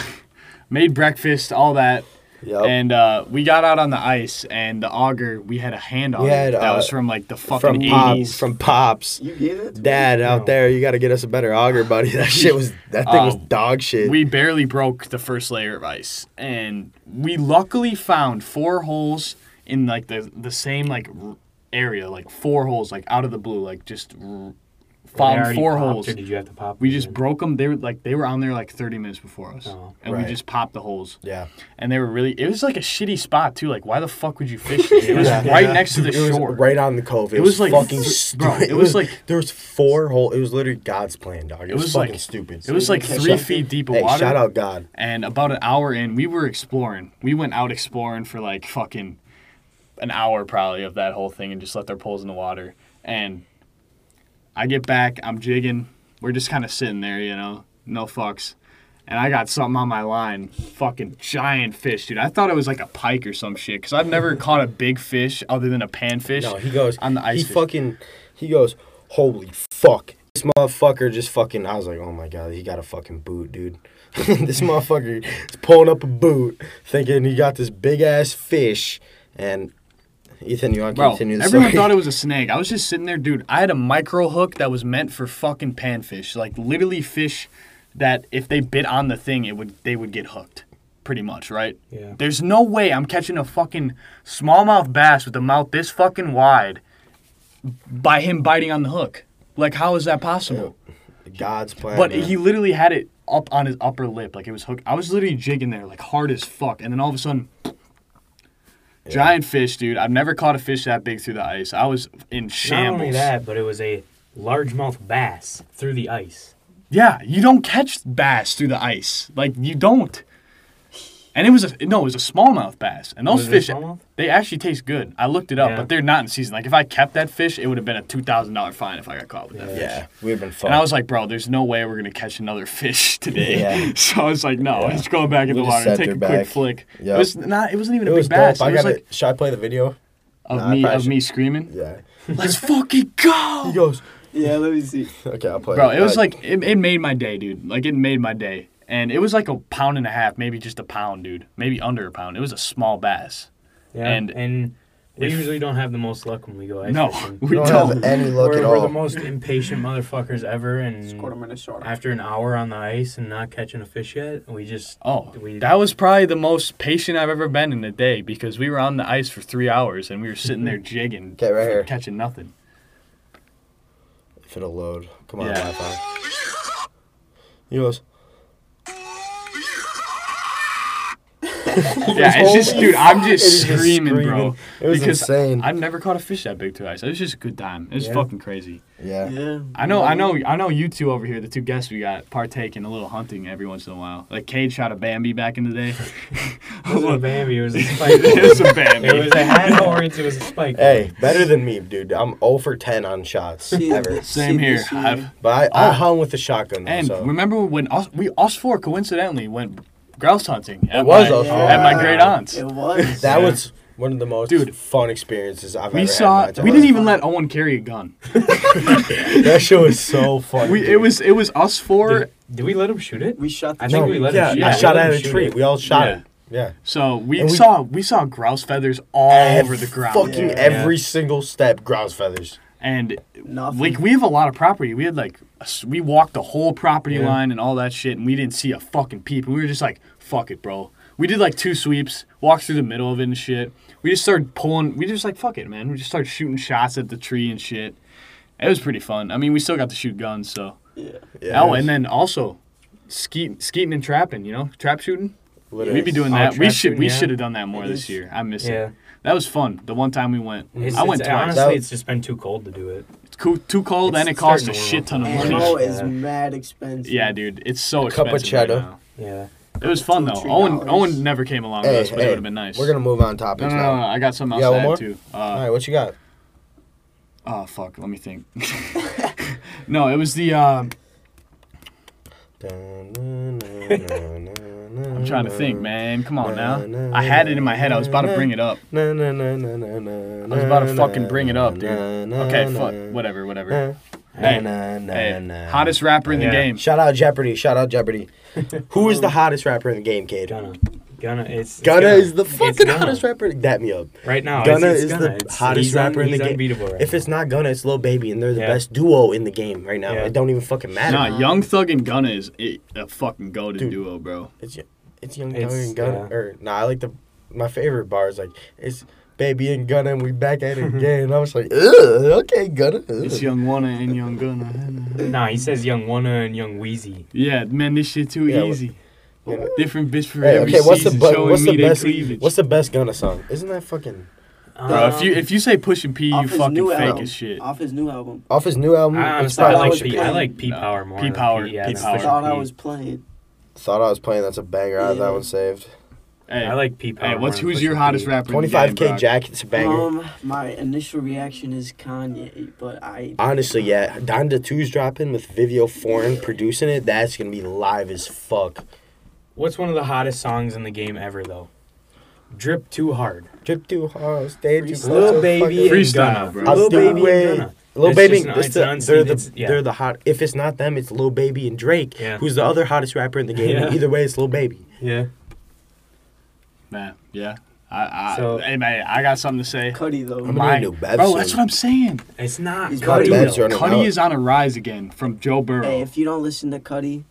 A: made breakfast, all that,
B: Yep.
A: and uh, we got out on the ice. And the auger, we had a hand on
B: We
A: it
B: had,
A: that
B: uh,
A: was from like the
B: from
A: fucking
B: pops,
A: eighties.
B: from pops,
D: You gave it. to me?
B: dad out there. You got to get us a better auger, buddy. *laughs* That shit was that thing was
A: Uh,
B: dog shit.
A: we barely broke the first layer of ice and we luckily found four holes in like the the same like r- area like four holes like out of the blue like just r-
C: they
A: found
C: already
A: four
C: popped,
A: holes.
C: Or did you have to pop?
A: We
C: them
A: just
C: in?
A: broke them. They were like they were on there like 30 minutes before us,
C: Oh.
A: and
B: Right.
A: we just popped the holes.
B: Yeah.
A: And they were really. It was like a shitty spot too. Like why the fuck would you fish?
C: *laughs*
A: there? It was
B: Yeah.
A: right
C: Yeah.
A: next to the
B: It was
A: shore.
B: right on the cove. It,
A: It
B: was,
A: was like-
B: fucking
A: bro,
B: stupid.
A: it was like-
B: there was four whole. It was literally God's plan, dog. It, was,
A: was
B: fucking
A: like-
B: stupid.
A: It was like
D: Catch
A: three
D: up.
A: feet deep of
B: hey,
A: water.
B: shout out God.
A: And about an hour in, we were exploring. We went out exploring for like fucking an hour probably of that whole thing and just left our poles in the water. And I get back, I'm jigging. We're just kind of sitting there, you know, no fucks. And I got something on my line, fucking giant fish, dude. I thought it was like a pike or some shit because I've never *laughs* caught a big fish other than a panfish.
B: No, he goes
A: on the ice.
B: He
A: fish.
B: fucking. He goes. Holy fuck! This motherfucker just fucking. I was like, oh my god, he got a fucking boot, dude. *laughs* this motherfucker is pulling up a boot, thinking he got this big ass fish. And Ethan, you want to
A: Bro,
B: continue? The
A: everyone
B: story?
A: thought it was a snake. I was just sitting there, dude. I had a micro hook that was meant for fucking panfish, like literally fish that if they bit on the thing, it would they would get hooked, pretty much, right?
C: Yeah.
A: There's no way I'm catching a fucking smallmouth bass with a mouth this fucking wide by him biting on the hook. Like, how is that possible?
B: *laughs* God's plan.
A: But
B: man.
A: he literally had it up on his upper lip, like it was hooked. I was literally jigging there, like hard as fuck, and then all of a sudden, giant fish, dude. I've never caught a fish that big through the ice. I was in
C: Not
A: shambles.
C: only that, but it was a largemouth bass through the ice.
A: Yeah, you don't catch bass through the ice, like you don't. And it was a no, it was a smallmouth bass, and those
C: Was it
A: fish,
C: smallmouth?
A: they actually taste good. I looked it up,
C: Yeah.
A: but they're not in season. Like if I kept that fish, it would have been a two thousand dollar fine if I got caught with that. fish.
B: Yeah, we've been fucked.
A: And I was like, bro, there's no way we're gonna catch another fish *laughs* today.
B: Yeah.
A: so I was like, no,
B: Yeah.
A: just go back in
B: We
A: the
B: just
A: water,
B: sat
A: take
B: there
A: a
B: back.
A: quick flick.
B: Yep.
A: It was not. It wasn't even
B: it
A: a big
B: was
A: bass.
B: dope. I
A: it was
B: got
A: like
B: it. Should I play the video?
A: of
B: Nah, I
A: me
B: probably
A: of me screaming.
B: Yeah.
A: Let's fucking
B: He
A: go,
B: goes.
D: Yeah, let me see.
B: Okay, I'll play.
A: bro. It was
B: Uh,
A: like it, it made my day, dude. Like it made my day, and it was like a pound and a half, maybe just a pound, dude. Maybe under a pound. It was a small bass.
C: Yeah.
A: And
C: And and we
A: if-
C: usually don't have the most luck when we go ice
A: No,
C: fishing.
A: we
B: we
A: don't.
B: don't
A: *laughs*
B: have any luck
C: we're,
B: at
C: we're the
B: all.
C: most impatient motherfuckers ever, and
D: Scored him in a shot.
C: after an hour on the ice and not catching a fish yet, we just
A: Oh,
C: we,
A: that was probably the most patient I've ever been in a day because we were on the ice for three hours and we were sitting
B: *laughs*
A: there jigging,
B: Okay, right
A: for-
B: here.
A: catching
B: *laughs*
A: nothing.
B: if it'll load, come on,
A: Yeah.
B: Wi-Fi. He goes.
A: Yeah, it's just, dude, I'm
B: It
A: just
B: is just
A: screaming, bro.
B: screaming. It was
A: because
B: insane.
A: I've never caught a fish that big to ice. It was just a good time. It was
C: Yeah.
A: fucking crazy.
B: Yeah.
D: Yeah.
A: I know, I know, I know. You two over here, the two guests we got, partake in a little hunting every once in a while. Like Cade shot a Bambi back in the
B: *laughs*
A: day. *laughs*
C: it was a Bambi. It was a spike.
A: it was a
C: it
A: Bambi.
C: was a hat horns. It was a spike.
B: Hey, better than me, dude. I'm 0 for 10 on shots
D: See,
B: ever.
D: see,
A: Same here.
D: see.
A: I've,
B: But I, I hung with the shotgun. Though,
A: Uh, and
B: so.
A: remember when us, we us four coincidentally went grouse hunting? At
B: was
A: my,
B: us four.
A: at my great aunt's.
D: It
A: *laughs*
D: was.
B: that
C: Yeah.
B: was one of the most
A: Dude.
B: fun experiences I've
A: We
B: ever
A: saw.
B: had. in my
A: We
B: entire
A: didn't even let Owen carry a gun.
B: life. that show was so funny.
A: *laughs* We it
B: dude.
A: was it was us four.
C: Did, did we let him shoot it?
D: we shot the
C: I
B: No,
C: think we let him
B: yeah,
C: shoot
B: I
A: it.
B: shot
C: We
B: at
C: let
B: a
C: him shoot
B: tree.
C: it.
B: We all shot
A: Yeah.
B: it. Yeah.
A: So we,
B: And we-
A: saw we saw grouse feathers all over the ground.
B: Fucking
D: Yeah.
B: every single step, grouse feathers.
A: And
D: Nothing.
A: like we have a lot of property. We had like a s- we walked the whole property
C: Yeah.
A: line and all that shit, and we didn't see a fucking peep. And we were just like, "Fuck it, bro." We did like two sweeps, walked through the middle of it and shit. We just started pulling. We just like, "Fuck it, man." We just started shooting shots at the tree and shit. It was pretty fun. I mean, we still got to shoot guns, so.
D: Yeah.
B: Yeah,
A: oh, and
B: it was
A: then also, skeet, skeeting and trapping. You know, trap shooting.
B: literally-
A: We'd be doing
C: Oh,
A: that. We
C: trap
A: should
C: shooting,
A: we
C: yeah.
A: should have done that more this
D: is-
A: year. I miss
C: Yeah.
A: it. That was fun. The one time we went,
C: It's-
A: I went
C: it's-
A: twice.
C: Honestly, it's just been too cold to do it.
A: it's coo- too cold
C: it's
A: and it cost a
C: starting to
A: shit ton of
C: warm up.
A: money.
D: Ammo is
C: Yeah.
D: mad expensive.
A: Yeah, dude, it's so
B: A cup of
A: expensive.
B: cheddar.
A: Right now.
C: Yeah.
A: It was fun
D: Two,
A: though.
D: three
A: Owen
D: dollars.
A: Owen never came along with
B: Hey,
A: us, but
B: hey,
A: it would have been nice.
B: We're gonna move on
A: no,
B: topics
A: no, no,
B: now.
A: no, I got something
B: You
A: else
B: got
A: to add
B: one
A: too.
B: All
A: Uh,
B: right, what you got?
A: oh fuck, let me think. *laughs* no, it was the. Uh,
B: I'm
A: I'm trying to think, man. Come on now. I had it in my head. I was about to bring it up.
B: I was
A: was about to fucking bring it up, dude. Okay, fuck. Whatever, whatever. Hey, Hey, hottest rapper in the
C: Yeah.
A: game.
B: Shout out Jeopardy! Shout out
C: *laughs*
B: Jeopardy! Who is the hottest rapper in the game, Cade? Gunna,
C: Gunna. Gunna. It's, it's
B: is the
C: It's
B: fucking
C: Gunna.
B: hottest rapper. That me up.
C: Right now,
B: Gunna
C: it's,
B: is
C: it's Gunna.
B: the
C: It's-
B: hottest
C: he's un-
B: rapper in the
C: he's
B: game.
C: Unbeatable right
B: If
C: now.
B: it's not Gunna, it's Lil Baby, and they're the
C: Yeah.
B: best duo in the game right now.
C: Yeah.
B: It don't even fucking matter.
A: Nah, Young Thug and Gunna is it, a fucking goaded
B: Dude.
A: duo, bro.
B: It's y- it's Young
C: It's-
B: Thug and Gunna.
C: yeah.
B: Or no, I like the my favorite bar is like it's Baby and Gunna, and we back *laughs* at it again. And I was like, Ugh, okay, Gunna.
A: It's
B: Ugh.
A: Young Wanna and Young Gunna.
C: Nah, he says Young Wanna and Young Wheezy.
A: Yeah, man, this shit too
B: Yeah, what-
A: easy.
B: you know.
A: Different bitch for
B: Hey,
A: every
B: okay, what's the
A: season.
B: bu-
A: showing
B: what's
A: me
B: the
A: their
B: best e-,
A: cleavage.
B: what's Um, the best Gunna song? Isn't that fucking
A: Bro, if you if you say push and pee, you
D: off his
A: fucking
D: new
A: fake
D: album.
A: as shit.
D: Off his new album.
B: off his new album?
C: I,
B: It's
C: honestly, Um, I
B: probably-
D: I
C: like
D: was
C: P, I
D: playing-
C: like P
A: No.
C: Power more.
A: P
C: than
A: Power,
C: yeah,
A: P
C: that's
A: Power.
C: for sure.
D: Thought I was playing.
B: thought I was playing. That's a banger. I had that
D: Yeah.
B: one saved.
A: Hey,
C: I like P Power.
A: Hey, what's
C: more than
A: who's your
C: Pusha
A: hottest
C: P.
A: rapper? in the
B: Twenty five
A: game,
B: K
A: Brock?
B: Jack. It's a banger.
D: Um, my initial reaction is Kanye, but I
B: Honestly, yeah, Donda 2's dropping with Vivio Foreign producing it. That's gonna be live as fuck.
C: What's one of the hottest songs in the game ever though? Drip too hard.
B: Drip too hard, stay too
D: Freestyle.
B: close to
C: Lil Baby
B: fucking-
A: Free-
C: and
A: Freestyle,
C: Gunna.
A: bro.
B: I'll
C: Lil
B: stay
C: Baby
B: away.
C: and Gunna.
B: Lil
C: It's
B: Baby,
C: just not-
B: it's
C: it's
B: the-
C: an
B: they're
C: unseen-
B: the
C: it's- yeah.
B: they're the hot. If it's not them, it's Lil Baby and Drake,
C: Yeah.
B: who's the other hottest rapper in the game.
C: Yeah.
B: Either way, it's Lil Baby.
C: Yeah.
A: Man, yeah. I, I,
C: So-
A: hey, man, I got something to say.
D: Cuddy though.
B: I'm gonna
A: My-
B: do Babs
A: bro,
B: soon.
A: that's what I'm saying.
C: It's not
D: He's
C: Cardi
D: got
C: though.
B: Babs running
A: Cuddy
B: out.
A: is on a rise again from Joe
D: hey,
A: Burrow.
D: if you don't listen to Cuddy,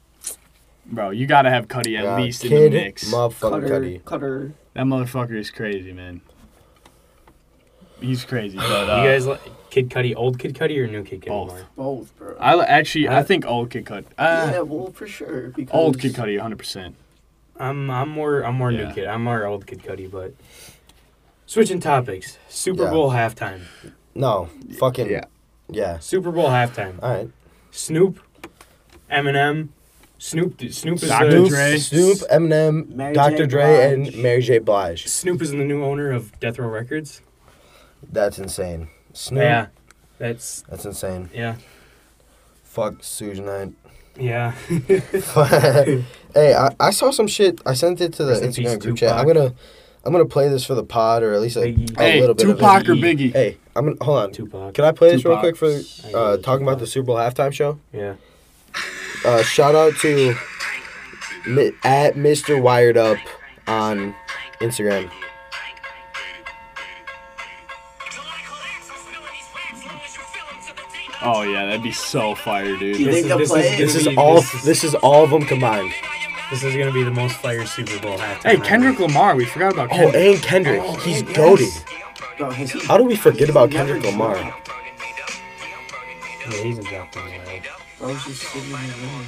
A: Bro, you gotta have Cuddy at
B: Yeah,
A: least in the
B: kid,
A: mix.
B: motherfucker,
D: Cutter,
B: Cuddy.
D: Cutter,
A: That motherfucker is crazy, man. He's
C: *sighs*
A: crazy, but
C: You
A: uh,
C: guys like Kid Cudi, old Kid Cudi or new Kid Cudi?
A: Both.
C: more?
D: both, bro.
A: I uh, li- actually I
C: I-
A: think old Kid Cudi,
D: yeah,
A: uh,
D: well, for sure. Because
A: old Kid Cudi, 100. percent
C: I'm I'm more I'm more
A: Yeah.
C: new kid. I'm more old Kid Cudi, but switching topics. Super
B: Yeah.
C: Bowl halftime.
B: No, fucking
A: Yeah.
B: yeah, yeah.
C: Super Bowl halftime.
B: All right,
C: Snoop, Eminem, Snoop. Snoop is
A: Dr.
C: the,
B: Snoop,
A: Dre.
B: Snoop, Eminem,
D: Mary
B: Dr.
D: J.
B: Dre,
D: Blige.
B: and Mary J. Blige.
C: Snoop is the new owner of Death Row Records.
B: That's insane. Snoop,
C: Yeah, that's
B: that's insane.
C: yeah,
B: Fuck Susan Knight.
A: *laughs*
C: yeah.
B: *laughs* hey, I, I saw some shit. I sent it to the
C: Rest in peace,
B: Instagram group chat. I'm
C: Tupac.
B: gonna I'm gonna play this for the pod or at least a,
C: Biggie.
B: a
A: Hey,
B: little bit
A: Tupac
B: of
A: or
B: it.
A: Biggie?
B: Hey, I'm gonna hold on.
C: Tupac.
B: Can I play this
A: Tupac.
B: real quick for
C: I go
B: uh,
C: with
B: talking about
C: Tupac.
B: the Super Bowl halftime show?
C: yeah.
B: Uh, shout out to mi- at Mr. Wired Up on Instagram.
A: Oh yeah, that'd be so fire, dude.
C: This
D: You think
C: is-
D: they'll
C: this
D: play
C: is-
D: it?
B: This is
C: Dude,
B: all.
C: this is-
B: This is all of them combined.
C: This is gonna be the most fire Super Bowl halftime.
A: Hey,
C: ever.
A: Kendrick Lamar, we forgot about
B: Oh,
A: Kendrick.
B: and Kendrick, he's goaded.
D: Bro,
A: *laughs*
D: has he-
B: How do we forget about
D: Never
B: Kendrick Lamar?
D: dropped.
C: Yeah, he's a drop down low.
D: Bro, he's just sitting in the room.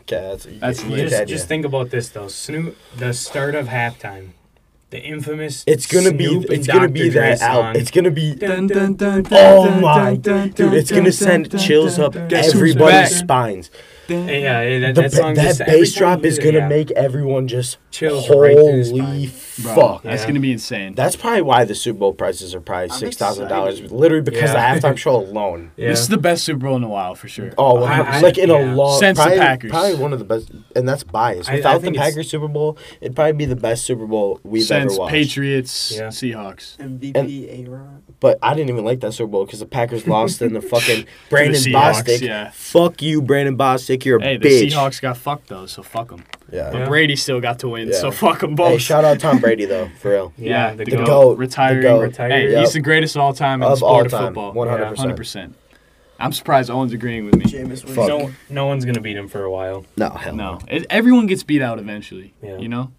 B: Okay, that's,
A: That's
B: you get
A: lit.
B: the
C: Just,
B: idea.
C: just think about this though. Snoop, the start of halftime, the infamous.
B: It's gonna be.
C: Snoop and
B: It's gonna
C: Dr.
B: be
C: Dre
B: that
C: song.
B: out. It's gonna be.
C: Dun, dun, dun.
B: Oh my, dude! It's gonna send chills up
A: Guess who's
B: everybody's
A: back?
B: spines.
C: Yeah, yeah, that,
B: The,
C: that
B: ba-
C: song.
B: that
C: just, every
B: bass
C: time
B: drop
C: you
B: is
C: do
B: gonna
C: that, yeah.
B: make everyone just
C: Chills right through the
B: holy
A: Bro,
C: spine.
B: fuck.
A: that's
C: Yeah.
A: gonna be insane.
B: That's probably why the Super Bowl prices are probably
D: I'm
B: six thousand dollars,
D: excited.
B: literally because
C: Yeah.
B: the halftime show alone.
C: Yeah.
A: This is the best Super Bowl in a while for sure.
B: Oh,
C: I- I-
B: like in a
C: yeah.
B: long
A: Since the
B: probably,
A: Packers.
B: probably one of the best, and that's biased.
C: I- I
B: Without the
C: think it's-
B: Packers Super Bowl, it'd probably be the best Super Bowl we've
A: Since
B: ever watched.
A: Patriots,
C: Yeah.
A: Seahawks.
D: MVP A-Rod.
B: But I didn't even like that Super Bowl because the Packers lost
C: *laughs*
B: in the fucking Brandon
A: Seahawks,
B: Bostic.
A: yeah.
B: Fuck you, Brandon Bostic. You're a
A: Hey, the
B: bitch.
A: Seahawks got fucked though, so fuck them.
B: Yeah.
A: But Brady still got to win, so
B: Yeah.
A: fuck them both.
B: Hey, shout out Tom Brady though, for real.
C: Yeah, the,
A: the,
C: goat.
A: goat,
B: GOAT.
A: retiring.
B: The GOAT.
A: Retired.
C: Retired.
A: Hey,
B: Yep.
A: he's the greatest of all time in the
B: Of
A: sport
B: all
A: of
B: time,
A: football.
B: 100%.
A: 100%. I'm surprised Owen's agreeing with me.
D: Jameis
B: Fuck.
D: Winston.
C: No, no one's gonna beat him for a while.
B: *laughs* No, hell
A: No, it, everyone gets beat out eventually.
C: Yeah.
A: You know,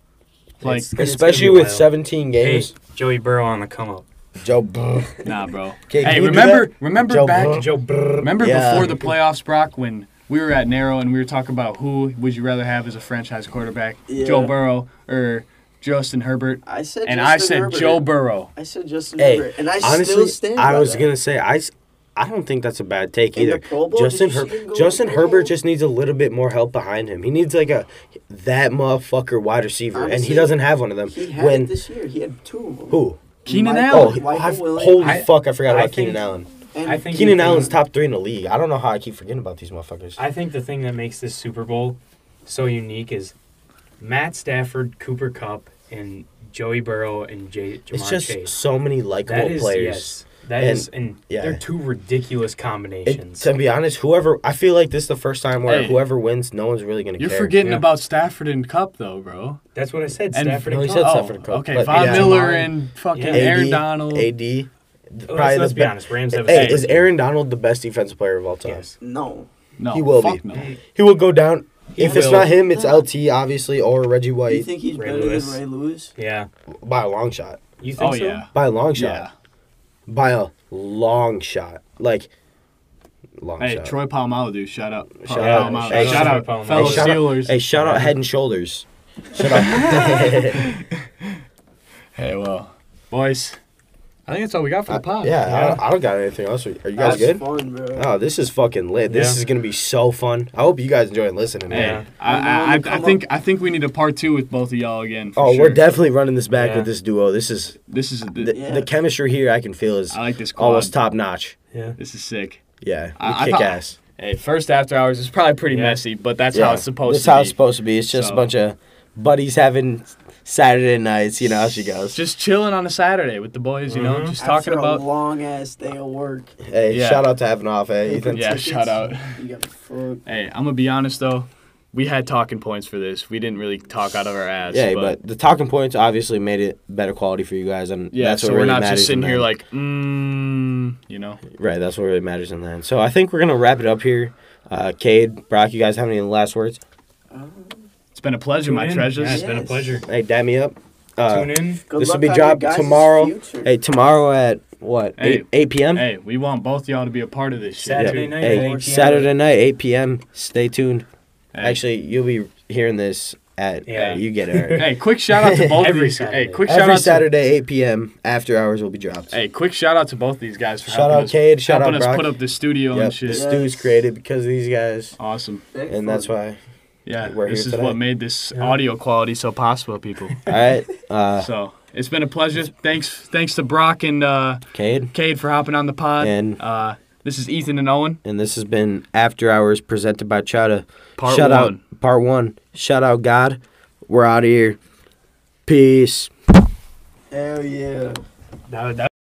A: like
C: It's-
B: Especially
C: gonna be
B: with
C: wild.
B: 17
C: Hey,
B: games,
C: Joey Burrow on the come up. *laughs*
B: Joe. Burrow.
A: nah, bro.
B: Okay, can
A: hey,
B: we do
A: remember,
B: that?
A: remember
B: Joe
A: back,
B: Burrow.
C: Joe Burrow.
A: remember
B: Yeah.
A: before the playoffs, Brock, when we were at Narrow and we were talking about who would you rather have as a franchise quarterback,
D: Yeah.
A: Joe Burrow or Justin Herbert,
D: I said
A: and
D: Justin
A: I said
D: Herbert.
A: Joe Burrow.
D: I said Justin
B: Hey,
D: Herbert, and I still
B: Honestly,
D: stand.
B: I
D: by
B: was
D: that.
B: gonna say I. s- I don't think that's a bad take
D: In the
B: either.
D: Pro Bowl,
B: Justin
D: did you see him go
B: Herbert.
D: to
B: Justin
D: the Pro
B: Herbert
D: Bowl?
B: just needs a little bit more help behind him. He needs like a that motherfucker wide receiver, and he
D: Honestly,
B: doesn't have one of them.
D: He had
B: when
D: it this year. He had two of them.
B: who?
A: Keenan
D: Michael-
B: Oh,
A: Allen.
B: he-
D: Michael
B: I've-
D: Williams.
B: holy
C: I-
B: fuck! I forgot
C: I
B: about
C: think-
B: Keenan Allen.
D: And
C: I think
B: Keenan
C: the thing-
B: Allen's top three in the league. I don't know how I keep forgetting about these motherfuckers.
C: I think the thing that makes this Super Bowl so unique is Matt Stafford, Cooper Cup, and Joey Burrow and Jay Jamar
B: it's just
C: Chase.
B: so many likable
C: That is
B: players.
C: yes. That
B: And-
C: is, and,
B: yeah.
C: they're two ridiculous
B: It,
C: combinations.
B: to be honest, whoever I feel like this is the first time where
A: Hey.
B: whoever wins, no one's really gonna
A: You're
B: care.
A: forgetting
C: Yeah.
A: about Stafford and Cup though, bro.
C: That's what I said.
A: And-
C: Stafford
B: No,
C: and
B: he
C: Cup.
B: said
A: oh,
B: Stafford and Cup,
A: okay,
B: but
A: Von
B: yeah.
A: Miller
C: Jamar-
A: and fucking
C: Yeah.
A: Aaron
B: AD,
A: Donald.
B: AD.
C: Well,
B: probably
C: let's, let's
B: the
C: be
B: be-
C: honest. Rams have a
B: Hey,
C: good
B: is
C: team.
B: Aaron Donald the best defensive player of all time?
C: Oh, Yes.
D: No.
A: No,
B: He will
A: fuck
B: be.
A: no.
B: He will go down. If it's
C: Will.
B: not him, it's LT obviously or Reggie
D: You
B: White
D: think he's
C: Ray
D: better
C: Lewis.
D: than Ray Lewis?
C: Yeah.
B: by a long shot.
C: You think
A: Oh
C: so?
A: yeah.
B: By a long shot.
A: Yeah.
B: By a long shot. Like long
A: Hey,
B: shot.
A: Troy Palomalo, dude, shout out.
B: Shout
A: Palomalo.
B: out. Hey,
A: shout
B: shout
A: out,
C: out.
A: fellow
B: hey, shout
A: Steelers.
B: Out, hey, shout out Head and Shoulders. Shout out.
A: Hey, well, boys, I think that's all we got for the pod.
B: Uh, yeah, I, don't, I don't got anything else. Are you guys
D: That's
B: good?
D: fun, bro.
B: Oh, this is fucking lit. This
C: Yeah.
B: is gonna be so fun. I hope you guys enjoy listening.
A: Hey,
B: man.
C: Yeah.
A: I, I,
D: Come
A: I, I
D: on.
A: think I think we need a part two with both of y'all again. For
B: Oh,
A: sure.
B: we're definitely running this back
C: Yeah.
B: with this duo. This is
A: This is
B: the,
A: th-
D: Yeah.
B: the chemistry here. I can feel is
A: I like this quad.
B: almost top notch.
C: Yeah.
A: This is sick.
B: Yeah, we
A: I- I
B: kick
A: thought-
B: ass.
A: Hey, first after hours is probably pretty
C: Yeah.
A: messy, but that's how it's supposed
B: That's
A: to
B: how
A: be.
B: it's supposed to be. It's just
A: So-
B: a bunch of buddies having Saturday nights. You know how she goes.
A: just chilling on a Saturday with the boys, you know,
C: Mhm.
A: just talking
D: After
A: about.
D: a long ass day of work.
B: hey,
A: yeah.
B: shout out to having off, eh, Ethan.
A: Yeah, shout out.
D: You got fucked.
A: Hey, I'm gonna be honest though, we had talking points for this. We didn't really talk out of our ass.
B: Yeah, but, the talking points obviously made it better quality for you guys, and
A: yeah,
B: that's
A: so
B: what
A: we're
B: really
A: not
B: matters
A: just sitting
B: in the
A: here
B: end.
A: like, mm, you know.
B: right. That's what really matters in the end. So I think we're gonna wrap it up here. Uh, Cade, Brock, you guys have any last words?
A: It's been a pleasure, my
C: Tune in.
A: treasures.
C: Yeah, it's been a
D: Yes.
C: pleasure.
B: Hey, dab me up. Uh,
C: Tune in.
D: Good
B: This
D: luck
B: will be
D: on your
B: dropped
D: guys'
B: tomorrow.
D: future.
B: Hey, tomorrow at what?
A: Hey.
B: 8, 8 p.m.
A: Hey, we want both y'all to be a part of this shit.
B: Yeah.
C: Saturday night.
B: Hey,
C: at 8 p.m.
B: Saturday night, 8 p.m. Stay tuned.
A: Hey.
B: Actually, you'll be hearing this at uh,
C: Yeah.
B: you get it.
A: *laughs*
B: already.
A: Hey, quick shout
B: *laughs*
A: out to both of
C: Every
A: these. Hey,
C: Saturday.
A: quick shout
B: Every
A: out
B: Saturday, 8 p.m. After hours will be dropped.
A: To, hey, quick shout out to both these guys for
B: shout
A: helping
B: out
A: us,
B: Cade. Shout out
A: helping us
B: Brock.
A: put up the studio
B: yep,
A: and shit.
B: this dude's created because of these guys,
A: Awesome.
B: and that's why.
A: Yeah,
B: We're
A: this
B: here
A: is
B: today.
A: what made this
C: Yeah.
A: audio quality so possible,
B: *laughs*
A: people.
B: All right, uh,
A: so it's been a pleasure. Thanks, thanks to Brock and uh,
B: Cade,
A: Cade for hopping on the pod.
B: And-
A: uh, this is Ethan and Owen.
B: and this has been After Hours presented by Chada.
A: Part
B: shout
A: one.
B: out part one. Shout out God. We're out of here. Peace.
D: Hell yeah.
C: That, that